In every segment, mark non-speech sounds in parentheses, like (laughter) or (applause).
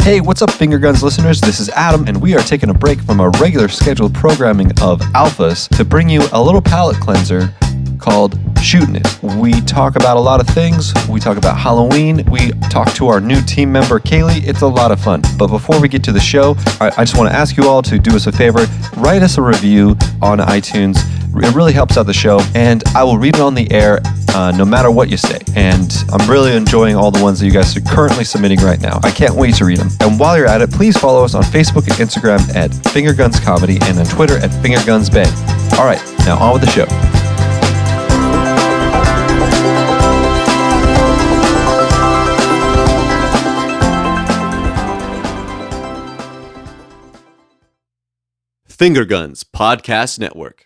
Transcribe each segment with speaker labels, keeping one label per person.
Speaker 1: Hey, what's up, Finger Guns listeners? This is Adam, and we are taking a break from our regular scheduled programming of Alphas to bring you a little palate cleanser called Shootin' It. We talk about a lot of things. We talk about Halloween. We talk to our new team member, Kaylee. It's a lot of fun. But before we get to the show, I, I just want to ask you all to do us a favor write us a review on iTunes. It really helps out the show, and I will read it on the air uh, no matter what you say. And I'm really enjoying all the ones that you guys are currently submitting right now. I can't wait to read them. And while you're at it, please follow us on Facebook and Instagram at Finger Guns Comedy and on Twitter at Finger Guns Bang. All right, now on with the show.
Speaker 2: Finger Guns Podcast Network.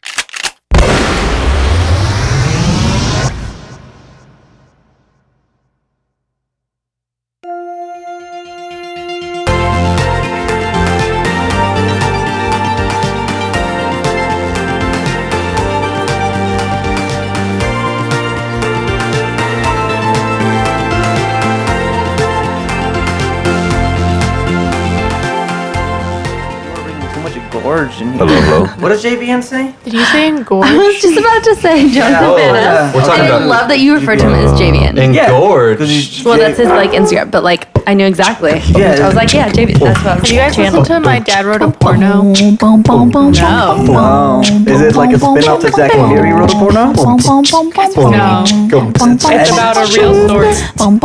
Speaker 3: We're reading too much gorge in here.
Speaker 1: Hello, hello.
Speaker 3: What does JVN say?
Speaker 4: Did you say engorge?
Speaker 5: (laughs) I was just about to say Jonathan Manis.
Speaker 1: We're talking
Speaker 5: I
Speaker 1: about-
Speaker 5: love that you refer to him as Javian.
Speaker 3: Because he's
Speaker 5: well,
Speaker 3: J-
Speaker 5: that's his like Instagram, but like I knew exactly.
Speaker 3: Yeah.
Speaker 5: I was like, yeah, Javian. That's what I was
Speaker 4: Have you guys listened to my dad wrote a porno?
Speaker 5: Oh.
Speaker 4: No.
Speaker 3: Wow. Is it like a spin-off to Zack and Miri wrote porno?
Speaker 4: No. It's about a real story.
Speaker 1: Oh,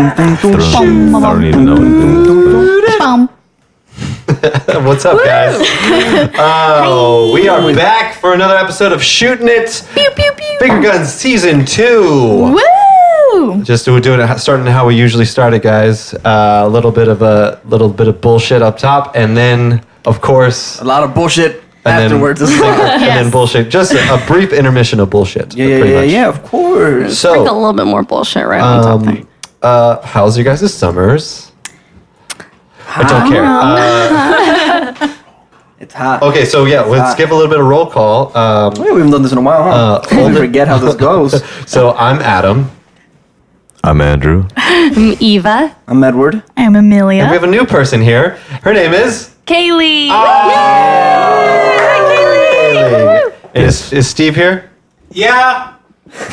Speaker 1: I don't even know What's up, guys? Oh, we are back for another episode of Shooting It.
Speaker 5: Pew pew pew.
Speaker 1: Bigger Guns Season 2.
Speaker 5: Woo!
Speaker 1: Just we're doing it, starting how we usually start it, guys. Uh, a little bit of a little bit of bullshit up top, and then, of course,
Speaker 3: A lot of bullshit
Speaker 1: And then-
Speaker 3: (laughs) afterwards. as well.
Speaker 1: and then bullshit. Just a, a brief intermission of bullshit. (laughs)
Speaker 3: yeah, yeah,
Speaker 1: pretty
Speaker 3: yeah,
Speaker 1: much.
Speaker 3: yeah, of course.
Speaker 5: Bring a
Speaker 1: So,
Speaker 5: little bit more bullshit right on top there.
Speaker 1: Oh. um, uh, how's your guys' summers? I don't care. Uh,
Speaker 3: It's hot.
Speaker 1: okay, so yeah,
Speaker 3: uh,
Speaker 1: let's give a little bit of roll call. Um,
Speaker 3: We haven't done this in a while, huh?
Speaker 1: Uh,
Speaker 3: we forget how this goes.
Speaker 1: so I'm Adam,
Speaker 6: I'm Andrew.
Speaker 5: I'm Eva,
Speaker 3: I'm Edward.
Speaker 7: I'm Amelia.
Speaker 1: and we have a new person here. Her name is.
Speaker 5: Kaylee.
Speaker 1: Kaylee. Is, is Steve here?
Speaker 8: Yeah,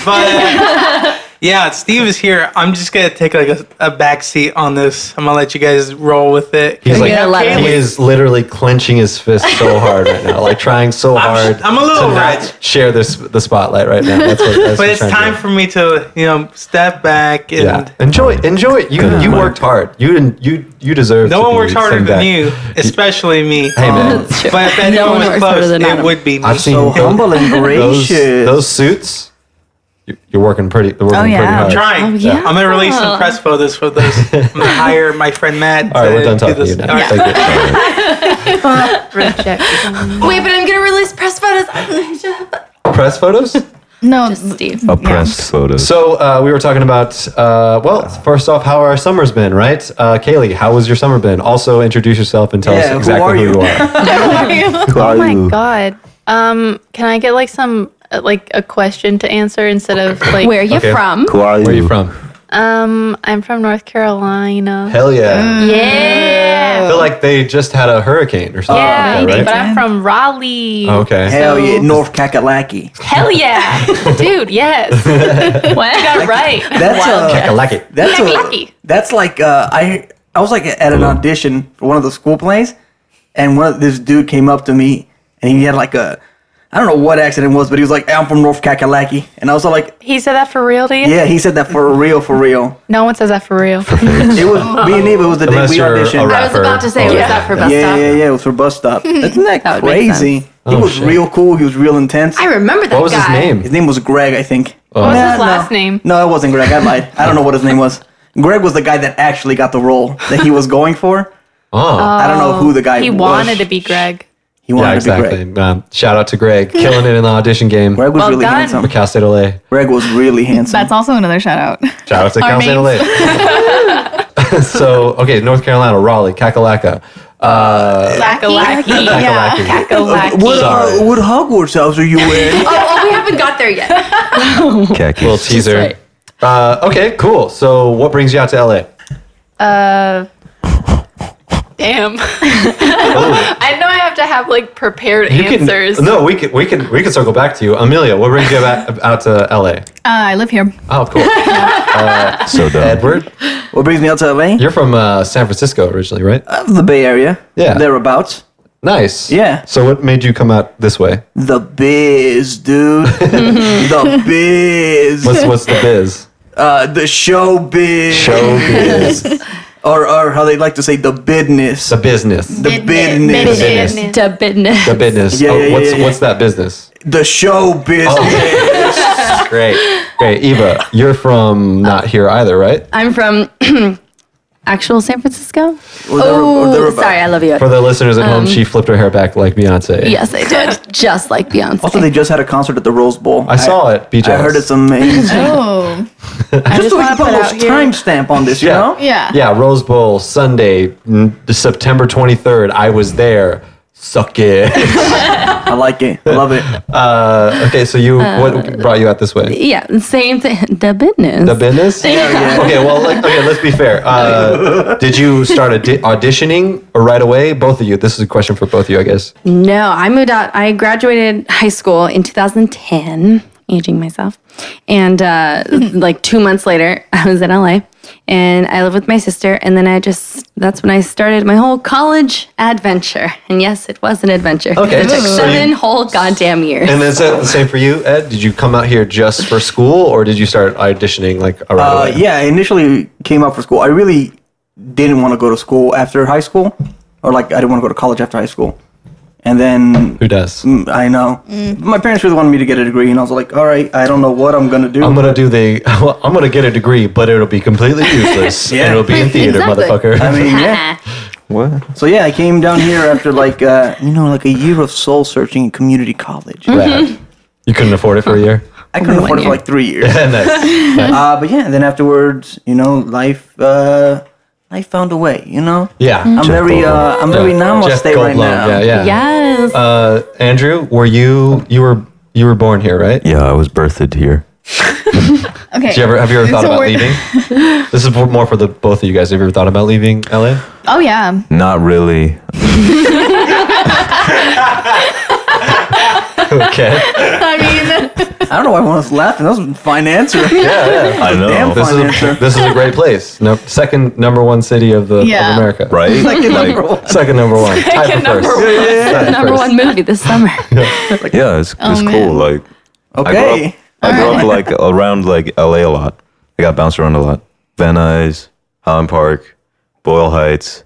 Speaker 8: but
Speaker 5: (laughs)
Speaker 8: yeah, Steve is here. I'm just gonna take like a, a back seat on this. I'm gonna let you guys roll with it.
Speaker 1: He's like,
Speaker 5: Yeah, let him.
Speaker 1: he is literally clenching his fist so hard right now, like trying so hard.
Speaker 8: I'm a little
Speaker 1: to not
Speaker 8: red.
Speaker 1: share this the spotlight right now. That's what. That's
Speaker 8: but
Speaker 1: what
Speaker 8: it's
Speaker 1: I'm trying
Speaker 8: time
Speaker 1: to
Speaker 8: for me to you know step back
Speaker 1: do.
Speaker 8: and.
Speaker 1: yeah. Enjoy, it, enjoy it. You you worked hard. You didn't. You you deserve.
Speaker 8: No
Speaker 1: to
Speaker 8: one
Speaker 1: be
Speaker 8: works harder
Speaker 1: sent
Speaker 8: than
Speaker 1: back.
Speaker 8: you, especially me.
Speaker 1: Hey man,
Speaker 5: Oh, That's true.
Speaker 8: But if anyone
Speaker 5: no one
Speaker 8: was
Speaker 5: works harder
Speaker 8: close,
Speaker 5: than
Speaker 8: it
Speaker 5: Adam.
Speaker 8: would be me.
Speaker 1: I've seen
Speaker 3: So
Speaker 1: those-
Speaker 3: humble and
Speaker 1: those
Speaker 3: gracious.
Speaker 1: those suits. you- You're working pretty. They're working
Speaker 7: yeah.
Speaker 1: pretty hard.
Speaker 8: I'm trying.
Speaker 5: Oh, yeah.
Speaker 8: I'm gonna release some press photos for those. I'm gonna hire my friend Matt.
Speaker 1: All right, we're
Speaker 8: to
Speaker 1: done
Speaker 8: do
Speaker 1: talking to you
Speaker 8: this.
Speaker 1: now.
Speaker 8: All right.
Speaker 1: Thank you.
Speaker 5: Wait, but I'm gonna release press photos. (laughs)
Speaker 1: Press photos.
Speaker 7: no,
Speaker 5: Just Steve.
Speaker 6: Oppressed photos.
Speaker 1: So uh, we were talking about uh, well, first off, how our summer's been, right? Uh, Kaylee, how was your summer been? Also, introduce yourself and tell
Speaker 3: Yeah,
Speaker 1: us
Speaker 3: who
Speaker 1: exactly
Speaker 3: are
Speaker 1: who you,
Speaker 3: you?
Speaker 1: are.
Speaker 4: Oh my god. Um, can I get like some uh, like a question to answer instead of like
Speaker 5: Where are you
Speaker 1: Okay.
Speaker 5: from?
Speaker 6: Who are you?
Speaker 1: Where are you from?
Speaker 4: Um, I'm from North Carolina.
Speaker 1: Hell yeah!
Speaker 5: Yeah.
Speaker 1: I feel like they just had a hurricane or something.
Speaker 4: yeah,
Speaker 1: like that,
Speaker 4: but
Speaker 1: right? Oh,
Speaker 4: I'm from Raleigh.
Speaker 1: okay.
Speaker 3: Hell yeah,
Speaker 4: So-
Speaker 3: North Kakalaki.
Speaker 5: Hell yeah.
Speaker 4: Dude, yes.
Speaker 5: What?
Speaker 4: Got it right.
Speaker 3: That's
Speaker 1: I
Speaker 3: a,
Speaker 1: like it.
Speaker 3: that's a,
Speaker 4: Kakalaki.
Speaker 3: that's like uh, I I was like at an audition for one of the school plays, and one of, this dude came up to me and he had like a I don't know what accent it was, but he was like, "I'm from North Kakalaki," and I was like,
Speaker 4: He said that for real to you?
Speaker 3: "Yeah." He said that for real, for real.
Speaker 4: No one says that for real.
Speaker 3: It was me and Eva was the day
Speaker 1: Unless
Speaker 3: we
Speaker 1: you're a
Speaker 3: auditioned.
Speaker 1: rapper.
Speaker 5: I was about
Speaker 4: Oh,
Speaker 5: to say,
Speaker 1: or-
Speaker 5: was that for bus
Speaker 3: yeah,
Speaker 5: stop?
Speaker 3: yeah, yeah. It was for bus
Speaker 5: (laughs)
Speaker 3: stop. Isn't that,
Speaker 5: That would make
Speaker 3: crazy? He was
Speaker 1: Oh, shit.
Speaker 3: real cool. He was real intense.
Speaker 5: I remember that
Speaker 1: What was his
Speaker 5: guy.
Speaker 3: his
Speaker 1: name?
Speaker 3: name was Greg, I think.
Speaker 1: Oh.
Speaker 4: What's
Speaker 3: Nah,
Speaker 4: his
Speaker 3: no.
Speaker 4: last name?
Speaker 3: No, it wasn't Greg. I lied. I don't know what his name was. Greg was the guy that actually got the role that he was going for.
Speaker 1: Oh,
Speaker 3: I don't know who the guy
Speaker 4: He
Speaker 3: was.
Speaker 4: wanted to be Greg.
Speaker 3: He wanted
Speaker 1: yeah,
Speaker 3: to be
Speaker 1: exactly.
Speaker 3: Greg.
Speaker 1: Um, shout out to Greg, killing it in the audition game.
Speaker 3: Greg was
Speaker 4: Well
Speaker 3: really
Speaker 4: done.
Speaker 3: handsome.
Speaker 1: Cal State LA.
Speaker 4: (laughs)
Speaker 3: Greg was really handsome.
Speaker 7: That's also another shout out.
Speaker 1: Shout out to Cal State
Speaker 7: names.
Speaker 1: LA. (laughs) so okay, North Carolina, Raleigh, Kakalaka. Uh,
Speaker 4: Kakalaki.
Speaker 9: Yeah.
Speaker 1: Kakalaki.
Speaker 4: Kakalaki.
Speaker 3: What,
Speaker 1: Sorry.
Speaker 3: uh, what Hogwarts house are
Speaker 4: (laughs)
Speaker 3: you in?
Speaker 9: Oh, oh, we haven't got there yet.
Speaker 10: Khakis.
Speaker 1: Little teaser. Uh, okay, cool. So what brings you out to LA?
Speaker 4: Uh, damn. I know I have to have like prepared
Speaker 1: Oh, You can-
Speaker 4: answers.
Speaker 1: no, we can we can we can circle back to you, Amelia. What brings you out, out to LA?
Speaker 5: Uh, I live here.
Speaker 1: Oh, cool.
Speaker 10: So dumb.
Speaker 1: Edward,
Speaker 3: what brings me out to LA?
Speaker 1: you're from uh, San Francisco originally, right?
Speaker 3: Of the Bay Area.
Speaker 1: Yeah.
Speaker 3: Thereabouts.
Speaker 1: Nice.
Speaker 3: Yeah.
Speaker 1: So what made you come out this way?
Speaker 3: The
Speaker 1: (laughs)
Speaker 3: biz, dude. the biz.
Speaker 1: What's what's the biz?
Speaker 3: Uh, the show biz.
Speaker 1: Showbiz.
Speaker 3: Or, or how they like to say, the business.
Speaker 1: the business. The,
Speaker 3: The business.
Speaker 1: business.
Speaker 5: To business.
Speaker 1: business.
Speaker 3: Yeah,
Speaker 1: oh,
Speaker 3: yeah, yeah,
Speaker 1: what's
Speaker 3: yeah, yeah.
Speaker 1: what's that business?
Speaker 3: The show
Speaker 1: Oh.
Speaker 3: business.
Speaker 1: (laughs) Great. Great. Eva, you're from not here either, right?
Speaker 5: I'm from (clears throat) actual San Francisco.
Speaker 3: Or there- or
Speaker 5: Ooh,
Speaker 3: thereabouts.
Speaker 5: sorry, I love you.
Speaker 1: For the listeners at home, she flipped her hair back like Beyonce.
Speaker 5: yes, I
Speaker 1: (laughs)
Speaker 5: did. Just like Beyonce.
Speaker 3: Also, they just had a concert at the Rose Bowl.
Speaker 1: I saw it. Be
Speaker 3: I
Speaker 1: jealous.
Speaker 3: heard it's amazing.
Speaker 4: (laughs)
Speaker 1: (laughs)
Speaker 5: Oh.
Speaker 3: just so we
Speaker 4: wanna
Speaker 3: can put a
Speaker 4: put
Speaker 3: little
Speaker 4: out here-
Speaker 3: timestamp on this, you
Speaker 1: Yeah.
Speaker 3: know?
Speaker 5: Yeah.
Speaker 1: Yeah, Rose Bowl Sunday, n- September 23rd. I was there. Suck it. (laughs)
Speaker 3: I like it. I love it.
Speaker 1: uh, okay, so you what brought you out this way?
Speaker 5: Yeah, same thing. The business.
Speaker 1: The business.
Speaker 3: yeah.
Speaker 1: Okay, well, like, okay. Let's be fair.
Speaker 3: (laughs)
Speaker 1: Uh, did you start audi- auditioning right away? Both of you. This is a question for both of you, I guess.
Speaker 5: No, I moved out. I graduated high school in 2010, aging myself. And (laughs) uh, like two months later, (laughs) I was in LA and I lived with my sister. And then I just, that's when I started my whole college adventure. And yes, it was an adventure.
Speaker 1: Okay,
Speaker 5: It took
Speaker 1: so you-
Speaker 5: seven whole goddamn years.
Speaker 1: And is that the same for you, Ed? Did you come out here just for school, or did you start auditioning like right
Speaker 3: Uh,
Speaker 1: away?
Speaker 3: yeah, I initially came out for school. I really didn't want to go to school after high school, or like I didn't want to go to college after high school. And then
Speaker 1: Who does?
Speaker 3: Mm, I know my parents really wanted me to get a degree, and I was like, all right, I don't know what I'm gonna do.
Speaker 1: I'm gonna do the. (laughs) I'm gonna get a degree, but it'll be completely useless.
Speaker 3: (laughs) Yeah.
Speaker 1: and it'll be in theater,
Speaker 5: Exactly.
Speaker 1: motherfucker.
Speaker 3: I
Speaker 1: (laughs)
Speaker 3: mean, yeah.
Speaker 5: (laughs)
Speaker 10: What?
Speaker 3: So yeah, I came down here after like uh, you know like a year of soul searching in community college.
Speaker 1: Rad. You couldn't afford it for a year. (laughs)
Speaker 3: I couldn't afford it for like three years.
Speaker 1: nice.
Speaker 3: uh, but yeah, then afterwards, you know, life uh, life found a way. You know,
Speaker 1: Yeah.
Speaker 3: I'm
Speaker 1: Jeff
Speaker 3: very uh, I'm very
Speaker 1: Goldblum. Jeff
Speaker 3: namaste right
Speaker 1: Goldblum,
Speaker 3: now.
Speaker 1: Yeah, yeah.
Speaker 5: yes.
Speaker 1: Uh, Andrew, were you you were you were born here, right?
Speaker 10: Yeah, I was birthed here.
Speaker 5: okay.
Speaker 1: Did you ever have you ever thought
Speaker 5: So
Speaker 1: about
Speaker 5: we're-
Speaker 1: leaving? this is more for the both of you guys. Have you ever thought about leaving LA?
Speaker 5: oh, yeah.
Speaker 10: Not really.
Speaker 1: Okay.
Speaker 3: I don't know why everyone was laughing. That was a fine answer.
Speaker 1: (laughs)
Speaker 10: I know.
Speaker 3: Damn
Speaker 1: This
Speaker 3: fine
Speaker 1: is a,
Speaker 3: answer.
Speaker 1: (laughs) this is a great place. No, second number one city of the
Speaker 5: Yeah.
Speaker 1: of America.
Speaker 10: right?
Speaker 3: Second
Speaker 10: Like,
Speaker 3: number one.
Speaker 1: Second number one. Tied for
Speaker 4: Second number
Speaker 1: first.
Speaker 4: one.
Speaker 1: Tied for
Speaker 5: Number
Speaker 1: first.
Speaker 5: one movie
Speaker 1: (laughs)
Speaker 5: this summer.
Speaker 10: yeah, it's, it's
Speaker 4: Oh,
Speaker 10: cool.
Speaker 5: man.
Speaker 10: Like, I grew
Speaker 3: Okay.
Speaker 10: up, I grew up like around like LA a lot. I got bounced around a lot. Van Nuys, Holland Park, Boyle Heights,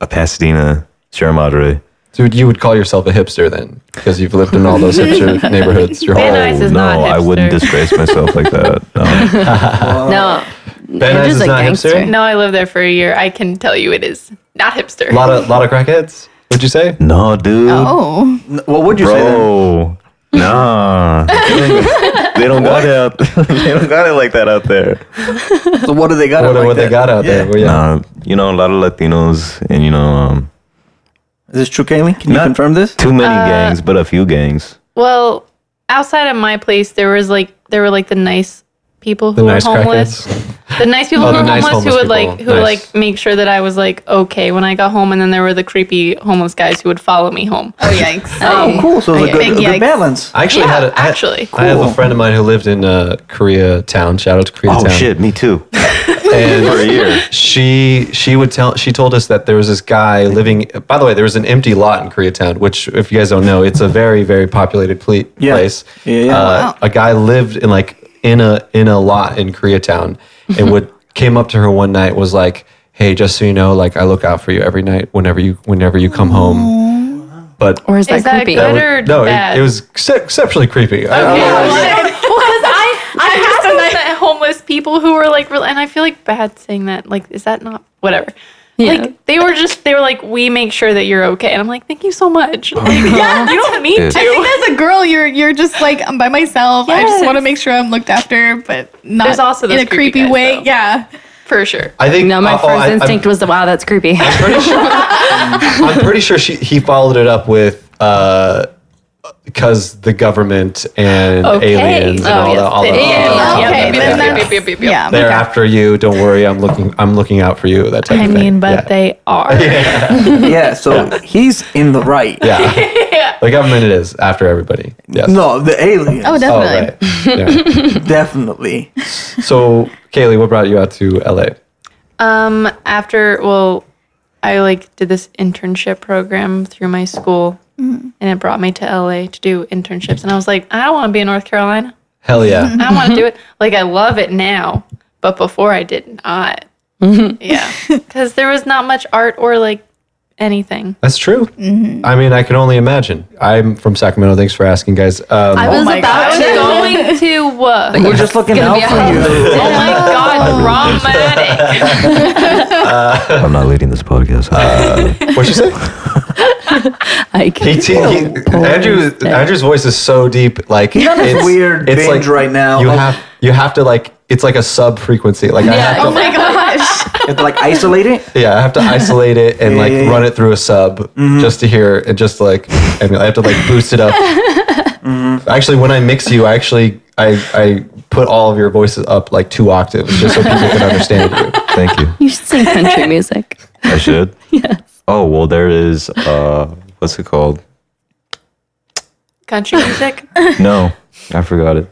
Speaker 10: uh, Pasadena, Sierra Madre.
Speaker 1: Dude, you would call yourself a hipster then, because you've lived in all
Speaker 4: (laughs)
Speaker 1: those hipster neighborhoods your whole
Speaker 4: Van Nuys
Speaker 1: life.
Speaker 4: is
Speaker 10: Oh, no,
Speaker 4: not
Speaker 10: I wouldn't
Speaker 4: hipster.
Speaker 10: disgrace myself
Speaker 4: (laughs)
Speaker 10: like that. No.
Speaker 5: no.
Speaker 1: Van Nuys
Speaker 5: Andrew's
Speaker 1: is
Speaker 5: a
Speaker 1: not
Speaker 5: gangster.
Speaker 1: hipster.
Speaker 4: No, I lived there for a year. I can tell you it is not hipster.
Speaker 1: A lot of lot of crackheads. Would you say?
Speaker 10: No, dude.
Speaker 5: Oh.
Speaker 3: What would you say then?
Speaker 10: Bro.
Speaker 4: (laughs)
Speaker 10: Nah. they don't got it out (laughs) they don't got it like that out there.
Speaker 3: So what do they got?
Speaker 1: What,
Speaker 3: like
Speaker 1: what they
Speaker 3: that?
Speaker 1: got out there?
Speaker 3: Yeah.
Speaker 1: Well, yeah.
Speaker 10: Nah, you know, a lot of Latinos and you know, um,
Speaker 3: Is this true, Kaylee? Can you
Speaker 10: Not-
Speaker 3: confirm this?
Speaker 10: too many gangs, but a few gangs.
Speaker 4: Well, outside of my place, there was like there were like the nice people who
Speaker 1: The
Speaker 4: were
Speaker 1: nice
Speaker 4: homeless.
Speaker 1: crackheads.
Speaker 4: The nice people
Speaker 1: Oh,
Speaker 4: who
Speaker 1: the
Speaker 4: were
Speaker 1: nice
Speaker 4: homeless, who would
Speaker 1: homeless
Speaker 4: like
Speaker 1: people.
Speaker 4: who would
Speaker 1: Nice.
Speaker 4: like make sure that I was like okay when I got home, and then there were the creepy homeless guys who would follow me home. Oh yikes!
Speaker 3: Oh, cool. So it's a
Speaker 4: yeah.
Speaker 3: good,
Speaker 4: Big
Speaker 3: a good
Speaker 4: yikes.
Speaker 3: balance.
Speaker 1: I actually
Speaker 4: Yeah,
Speaker 1: had a, I-
Speaker 4: actually.
Speaker 1: I have a
Speaker 3: Cool.
Speaker 1: friend of mine who lived in uh, Koreatown. Shout out to Koreatown.
Speaker 10: me too.
Speaker 1: And
Speaker 10: For a year.
Speaker 1: she she would tell she told us that there was this guy living. By the way, there was an empty lot in Koreatown, which if you guys don't know, it's a very very populated ple-
Speaker 3: Yeah.
Speaker 1: place.
Speaker 3: Yeah, yeah.
Speaker 1: Uh, A guy lived in like in a in a lot in Koreatown, and would came up to her one night was like, "Hey, just so you know, like I look out for you every night whenever you whenever you come home." But
Speaker 5: Or is that
Speaker 4: Is that
Speaker 5: creepy?
Speaker 4: good?
Speaker 1: was-
Speaker 4: or
Speaker 1: no,
Speaker 4: bad?
Speaker 1: It, it was ex- exceptionally creepy. I- I-
Speaker 4: because I I have some that homeless people who were like real, and I feel like bad saying that. Like, is that not whatever?
Speaker 5: Yeah.
Speaker 4: Like they were just they were like, we make sure that you're okay, and I'm like, thank you so
Speaker 1: (laughs)
Speaker 4: much. Like, yeah, you don't need
Speaker 5: I think
Speaker 4: to.
Speaker 5: as a girl, you're you're just like I'm by myself. I just
Speaker 4: Yes.
Speaker 5: want to make sure I'm looked after, but not
Speaker 4: There's also
Speaker 5: in
Speaker 4: those
Speaker 5: a
Speaker 4: creepy
Speaker 5: creepy
Speaker 4: guys,
Speaker 5: way.
Speaker 4: though.
Speaker 5: Yeah,
Speaker 4: for sure.
Speaker 1: I think
Speaker 5: No, my
Speaker 1: I'll-
Speaker 5: first
Speaker 1: I'll- uh, oh, I- I'm-
Speaker 5: instinct was, wow,
Speaker 1: (laughs)
Speaker 5: that's creepy. (laughs) Oh
Speaker 1: I'm pretty sure. I'm pretty sure she he followed it up with because the government and
Speaker 4: Okay.
Speaker 1: aliens and
Speaker 4: Oh,
Speaker 1: all
Speaker 4: yes.
Speaker 1: that. All
Speaker 4: They
Speaker 1: that-
Speaker 4: did.
Speaker 1: all that-
Speaker 4: Yeah,
Speaker 1: all
Speaker 4: okay,
Speaker 1: that-
Speaker 4: then
Speaker 1: yeah,
Speaker 4: that's-
Speaker 1: yeah.
Speaker 4: yep, yep, yep.
Speaker 1: They're after you. Don't worry. I'm looking. I'm looking out for you. That type
Speaker 4: I
Speaker 1: of thing.
Speaker 4: mean, but
Speaker 1: yeah.
Speaker 4: they are.
Speaker 3: (laughs) Yeah, so he's in the right.
Speaker 1: (laughs) Yeah.
Speaker 4: (laughs)
Speaker 1: The government it is after everybody. Yes.
Speaker 3: No, the aliens.
Speaker 4: Oh,
Speaker 1: Oh,
Speaker 4: definitely.
Speaker 1: right. Yeah.
Speaker 3: definitely.
Speaker 1: So, Kaylee, what brought you out to LA?
Speaker 4: Um, after well, I like did this internship program through my school, and it brought me to LA to do internships. And I was like, I don't want to be in North Carolina.
Speaker 1: Hell
Speaker 4: (laughs)
Speaker 1: yeah.
Speaker 4: I want to
Speaker 1: (laughs)
Speaker 4: do it. Like I love it now, but before I did
Speaker 1: (laughs)
Speaker 4: not. yeah, because there was not much art or like anything.
Speaker 1: That's true.
Speaker 4: Mm-hmm.
Speaker 1: I mean, I can only imagine. I'm from Sacramento. Thanks for asking, guys. Um,
Speaker 5: I was
Speaker 4: my
Speaker 5: about
Speaker 4: God.
Speaker 5: to. (laughs)
Speaker 4: Going to
Speaker 1: (laughs)
Speaker 4: what?
Speaker 3: We're just looking out for you.
Speaker 4: (laughs) Oh
Speaker 3: (laughs)
Speaker 4: my god,
Speaker 1: (laughs)
Speaker 4: dramatic.
Speaker 10: (laughs) I'm not leading this podcast. Uh,
Speaker 1: what'd you
Speaker 4: (laughs)
Speaker 1: say?
Speaker 5: I
Speaker 1: He,
Speaker 5: could-
Speaker 1: he,
Speaker 5: oh,
Speaker 1: Andrew, Andrew's voice is so deep. Like
Speaker 3: He's on a weird binge right now.
Speaker 1: You
Speaker 3: Oh.
Speaker 1: have you have to like it's like a sub frequency. Like I have to,
Speaker 5: oh my gosh.
Speaker 4: (laughs)
Speaker 3: You have to, like isolate it.
Speaker 1: yeah, I have to isolate it and
Speaker 3: Yeah,
Speaker 1: like
Speaker 3: yeah, Mm-hmm. yeah.
Speaker 1: run it through a sub just to hear and just like I mean I have to like boost
Speaker 3: (laughs)
Speaker 1: it up.
Speaker 3: Mm-hmm.
Speaker 1: Actually, when I mix you, I actually I I put all of your voices up like two octaves just so people can understand
Speaker 3: (laughs)
Speaker 1: you.
Speaker 10: Thank you.
Speaker 5: You should
Speaker 1: (laughs)
Speaker 5: sing country music.
Speaker 10: I should. yes. Oh well, there is. Uh, what's it called?
Speaker 4: Country
Speaker 1: (laughs)
Speaker 4: music.
Speaker 1: Uh,
Speaker 10: No, I forgot it.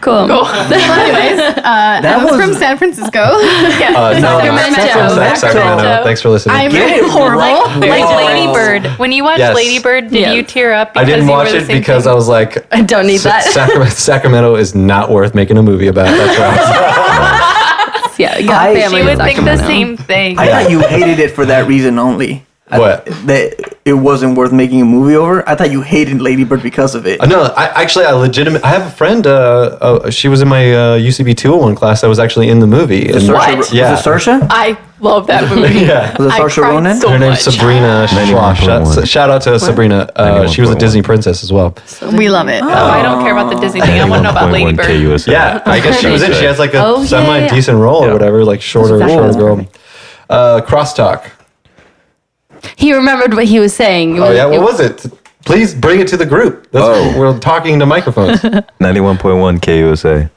Speaker 5: Cool.
Speaker 3: That
Speaker 7: I'm from
Speaker 3: was
Speaker 7: San Francisco.
Speaker 1: Uh, no,
Speaker 4: Sacramento.
Speaker 1: Sac- Sacramento.
Speaker 4: Sacramento.
Speaker 1: Thanks for listening.
Speaker 7: I'm
Speaker 3: Get it
Speaker 7: horrible.
Speaker 3: right.
Speaker 4: Like
Speaker 3: Whoa.
Speaker 4: Lady Bird. When you watched
Speaker 1: Yes.
Speaker 4: Lady Bird, did
Speaker 5: Yeah.
Speaker 4: you tear up?
Speaker 1: I didn't
Speaker 4: you were
Speaker 1: watch
Speaker 4: the
Speaker 1: it
Speaker 4: same
Speaker 1: because
Speaker 4: thing?
Speaker 1: I was like,
Speaker 5: I (laughs) don't need
Speaker 1: Sa-
Speaker 5: (laughs) that.
Speaker 1: Sacramento, Sacramento is not worth making a movie about. That's right.
Speaker 5: yeah, you got
Speaker 3: I-
Speaker 4: She
Speaker 5: family.
Speaker 4: would
Speaker 5: in
Speaker 4: think the
Speaker 5: Sacramento.
Speaker 4: same thing.
Speaker 3: I thought you hated it for that reason only. I-
Speaker 1: What?
Speaker 3: that it wasn't worth making a movie over. I thought you hated Lady Bird because of it.
Speaker 1: Uh, no, I actually, I legitimate. I have a friend. Uh, uh, she was in my uh, UCB 201 class. I was actually in the movie. And
Speaker 3: Saoirse- Was
Speaker 1: Yeah.
Speaker 3: it Saoirse?
Speaker 4: I love that movie.
Speaker 5: (laughs)
Speaker 1: yeah.
Speaker 3: Was it
Speaker 4: I
Speaker 3: Saoirse
Speaker 4: cried
Speaker 3: Ronan?
Speaker 4: so
Speaker 1: Her name's
Speaker 4: much.
Speaker 1: Sabrina Schloss. Shout,
Speaker 10: 91.1.
Speaker 1: shout out to Sabrina. Uh, she was a
Speaker 10: 91.1.
Speaker 1: Disney princess as well.
Speaker 7: We love it.
Speaker 4: Oh, I don't care about the Disney thing. I want to know about Lady
Speaker 10: 91.1
Speaker 4: Bird.
Speaker 10: KUSA.
Speaker 1: Yeah, I guess she was in. She has like a
Speaker 5: Oh, yeah,
Speaker 1: semi decent role or whatever, like shorter,
Speaker 5: That's
Speaker 1: shorter
Speaker 5: exactly
Speaker 1: girl. Uh, crosstalk.
Speaker 5: He remembered what he was saying. It
Speaker 1: Oh
Speaker 5: was-
Speaker 1: yeah, what was it? Please bring it to the group. That's,
Speaker 10: Oh.
Speaker 1: We're talking to microphones.
Speaker 5: (laughs)
Speaker 1: All
Speaker 10: Ninety-one point one KUSA.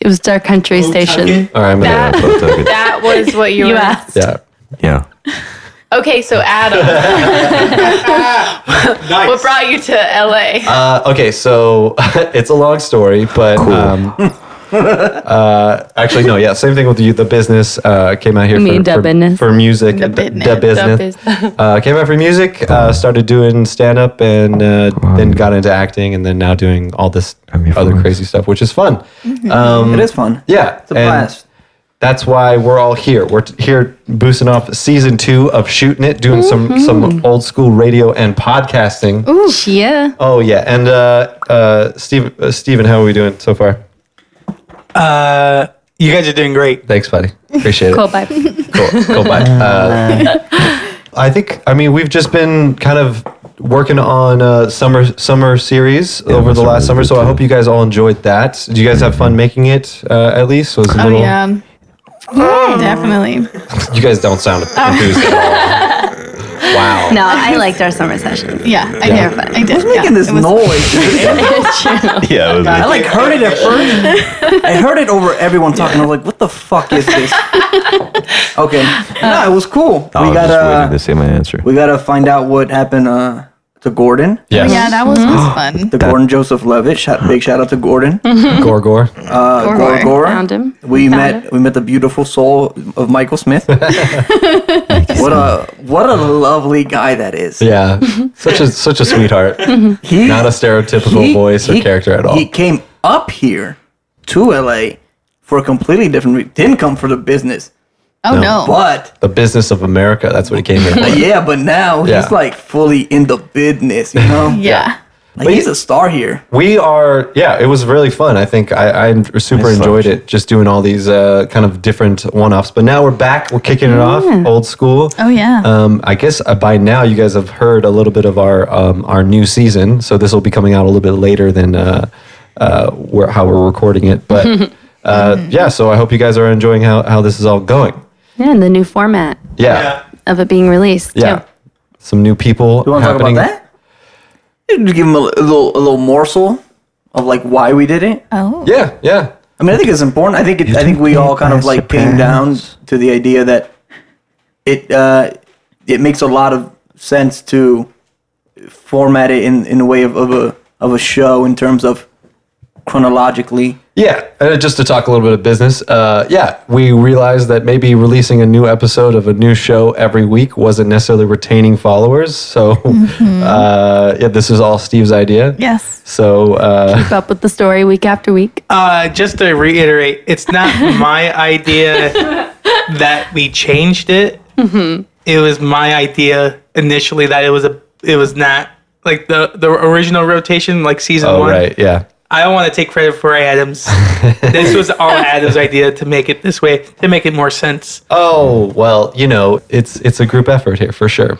Speaker 5: It was Dark Country
Speaker 1: Oh,
Speaker 5: Station.
Speaker 1: right, I'm gonna.
Speaker 4: That,
Speaker 10: Both
Speaker 4: (laughs)
Speaker 10: of it.
Speaker 4: that was what you,
Speaker 5: You
Speaker 4: were.
Speaker 1: (laughs)
Speaker 5: asked.
Speaker 1: Yeah.
Speaker 10: Yeah.
Speaker 4: Okay, so Adam, (laughs) what brought you to LA?
Speaker 1: Uh, okay, so (laughs) it's a long story, but
Speaker 10: (laughs)
Speaker 1: um, uh, actually, no, yeah, same thing with you. The business uh, came out here
Speaker 5: mean
Speaker 1: for,
Speaker 5: the
Speaker 1: for,
Speaker 5: business?
Speaker 1: for music. The
Speaker 4: business.
Speaker 1: The
Speaker 4: The
Speaker 1: business.
Speaker 4: business.
Speaker 1: Uh, came out for music, uh, started doing stand up, and uh, then got into acting, and then now doing all this
Speaker 10: mean,
Speaker 1: other
Speaker 10: fun.
Speaker 1: crazy stuff, which is fun. Um,
Speaker 3: Mm-hmm. It is fun.
Speaker 1: Yeah.
Speaker 3: It's a
Speaker 1: and
Speaker 3: blast.
Speaker 1: That's why we're all here. We're t- here boosting off season two of Shooting It, doing some, some old school radio and podcasting.
Speaker 5: Mm-hmm. Ooh, yeah.
Speaker 1: Oh yeah, and uh, uh, Steve, uh, Steven, how are we doing so far?
Speaker 8: Uh, you guys are doing great.
Speaker 1: Thanks, buddy. Appreciate
Speaker 5: Cool.
Speaker 1: it. (laughs)
Speaker 5: Bye.
Speaker 1: Cool, cool, bye. Uh, I think I mean we've just been kind of working on a summer summer series over the
Speaker 10: summer
Speaker 1: last
Speaker 10: was
Speaker 1: summer,
Speaker 10: good
Speaker 1: so I
Speaker 10: too.
Speaker 1: hope you guys all enjoyed that. Did you guys have fun making it? Uh, at least was a
Speaker 7: Oh,
Speaker 1: little.
Speaker 3: Oh.
Speaker 7: Definitely.
Speaker 1: You guys don't sound enthused at all. Wow.
Speaker 5: (laughs) No, I liked our summer session.
Speaker 7: Yeah, I did. I did.
Speaker 3: Who's making this
Speaker 5: (laughs)
Speaker 3: noise?
Speaker 10: Yeah. It was
Speaker 3: I like heard it at first.
Speaker 5: (laughs)
Speaker 3: I heard it over everyone talking. I was like, "What the fuck is this?" okay,
Speaker 5: Uh,
Speaker 3: no, it was cool.
Speaker 10: I
Speaker 3: we
Speaker 10: was
Speaker 3: got
Speaker 10: just waiting
Speaker 3: to
Speaker 10: to say my answer.
Speaker 3: we got to find out what happened uh, to Gordon.
Speaker 1: Yes.
Speaker 7: (laughs) Yeah, that was, was
Speaker 3: (gasps)
Speaker 7: fun.
Speaker 3: The Gordon Joseph Levitt. Shout, big shout out to
Speaker 5: (laughs)
Speaker 3: Gordon.
Speaker 1: Gore gore.
Speaker 3: Uh, Gor-
Speaker 7: Gor.
Speaker 3: Gor.
Speaker 5: Found him.
Speaker 3: We
Speaker 5: Found
Speaker 3: met we met the beautiful soul of Michael
Speaker 5: (laughs)
Speaker 3: Smith. what a what a lovely guy that is.
Speaker 1: yeah. Such a such a sweetheart.
Speaker 3: He-
Speaker 1: Not a stereotypical
Speaker 3: he-
Speaker 1: voice or
Speaker 3: he-
Speaker 1: character at all.
Speaker 3: He came up here to LA for a completely different reason. Didn't come for the business,
Speaker 7: Oh no.
Speaker 1: (laughs)
Speaker 3: but
Speaker 1: the business of America. That's what he came here for.
Speaker 3: yeah, but now
Speaker 1: Yeah.
Speaker 3: he's like fully in the business, you
Speaker 1: (laughs)
Speaker 3: know?
Speaker 7: Yeah.
Speaker 3: Like he's a star here.
Speaker 1: we are yeah it was really fun i think i, I super
Speaker 10: Nice
Speaker 1: enjoyed
Speaker 10: selection.
Speaker 1: it just doing all these uh, kind of different one-offs but now we're back we're kicking it off old school
Speaker 7: Oh, yeah.
Speaker 1: um, i guess uh, by now you guys have heard a little bit of our um, our new season so this will be coming out a little bit later than uh, uh, where, how we're recording it but uh, yeah, so I hope you guys are enjoying how, how this is all going.
Speaker 5: Yeah, and the new format
Speaker 1: Yeah.
Speaker 5: of it being released.
Speaker 1: Yeah.
Speaker 5: Too.
Speaker 1: Some new people
Speaker 3: You want to talk
Speaker 1: happening.
Speaker 3: about that? You Just give them a, li- a little, a little morsel of like why we did it.
Speaker 7: Oh.
Speaker 1: Yeah, yeah.
Speaker 3: I mean, I think it's important. I think it, I think we all kind of like came down to the idea that it uh, it makes a lot of sense to format it in in a way of, of a of a show in terms of chronologically.
Speaker 1: Yeah, uh, just to talk a little bit of business. Uh, yeah, we realized that maybe releasing a new episode of a new show every week wasn't necessarily retaining followers. So, (laughs)
Speaker 7: Mm-hmm.
Speaker 1: uh, yeah, this is all Steve's idea.
Speaker 7: Yes.
Speaker 1: So, uh,
Speaker 5: Keep up with the story week after week.
Speaker 8: Uh, just to reiterate, it's not my idea that we changed it. It was my idea initially that it was a it was not like the the original rotation, like season one.
Speaker 1: oh, right, yeah.
Speaker 8: I don't want to take credit
Speaker 3: (laughs)
Speaker 8: for Adams. this was all Adams' idea to make it this way, to make it more sense.
Speaker 1: Oh well, you know, it's it's a group effort here for sure.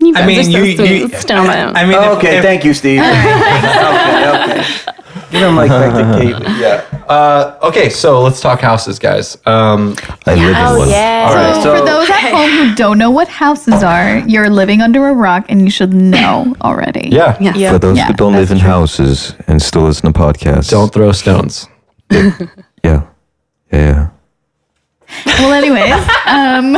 Speaker 5: You guys
Speaker 8: I mean,
Speaker 5: are so
Speaker 8: you,
Speaker 5: sweet.
Speaker 8: you
Speaker 5: It's down by-
Speaker 8: I mean, if-
Speaker 3: okay,
Speaker 8: if-
Speaker 3: thank you, Steve. okay, okay. Give them like like the cape.
Speaker 1: Yeah. Uh, okay, so let's talk houses, guys. Um,
Speaker 10: I live
Speaker 5: Oh,
Speaker 10: in one.
Speaker 1: all right,
Speaker 7: So,
Speaker 1: so
Speaker 7: for those at home who don't know what houses are, you're living under a rock and you should know already.
Speaker 1: yeah,
Speaker 5: Yeah.
Speaker 10: For those
Speaker 7: Yeah,
Speaker 10: who don't
Speaker 7: that's
Speaker 10: live in
Speaker 7: true.
Speaker 10: houses and still listen to podcasts,
Speaker 1: don't throw stones.
Speaker 10: Yeah, yeah.
Speaker 4: (laughs)
Speaker 7: Well, anyways, um,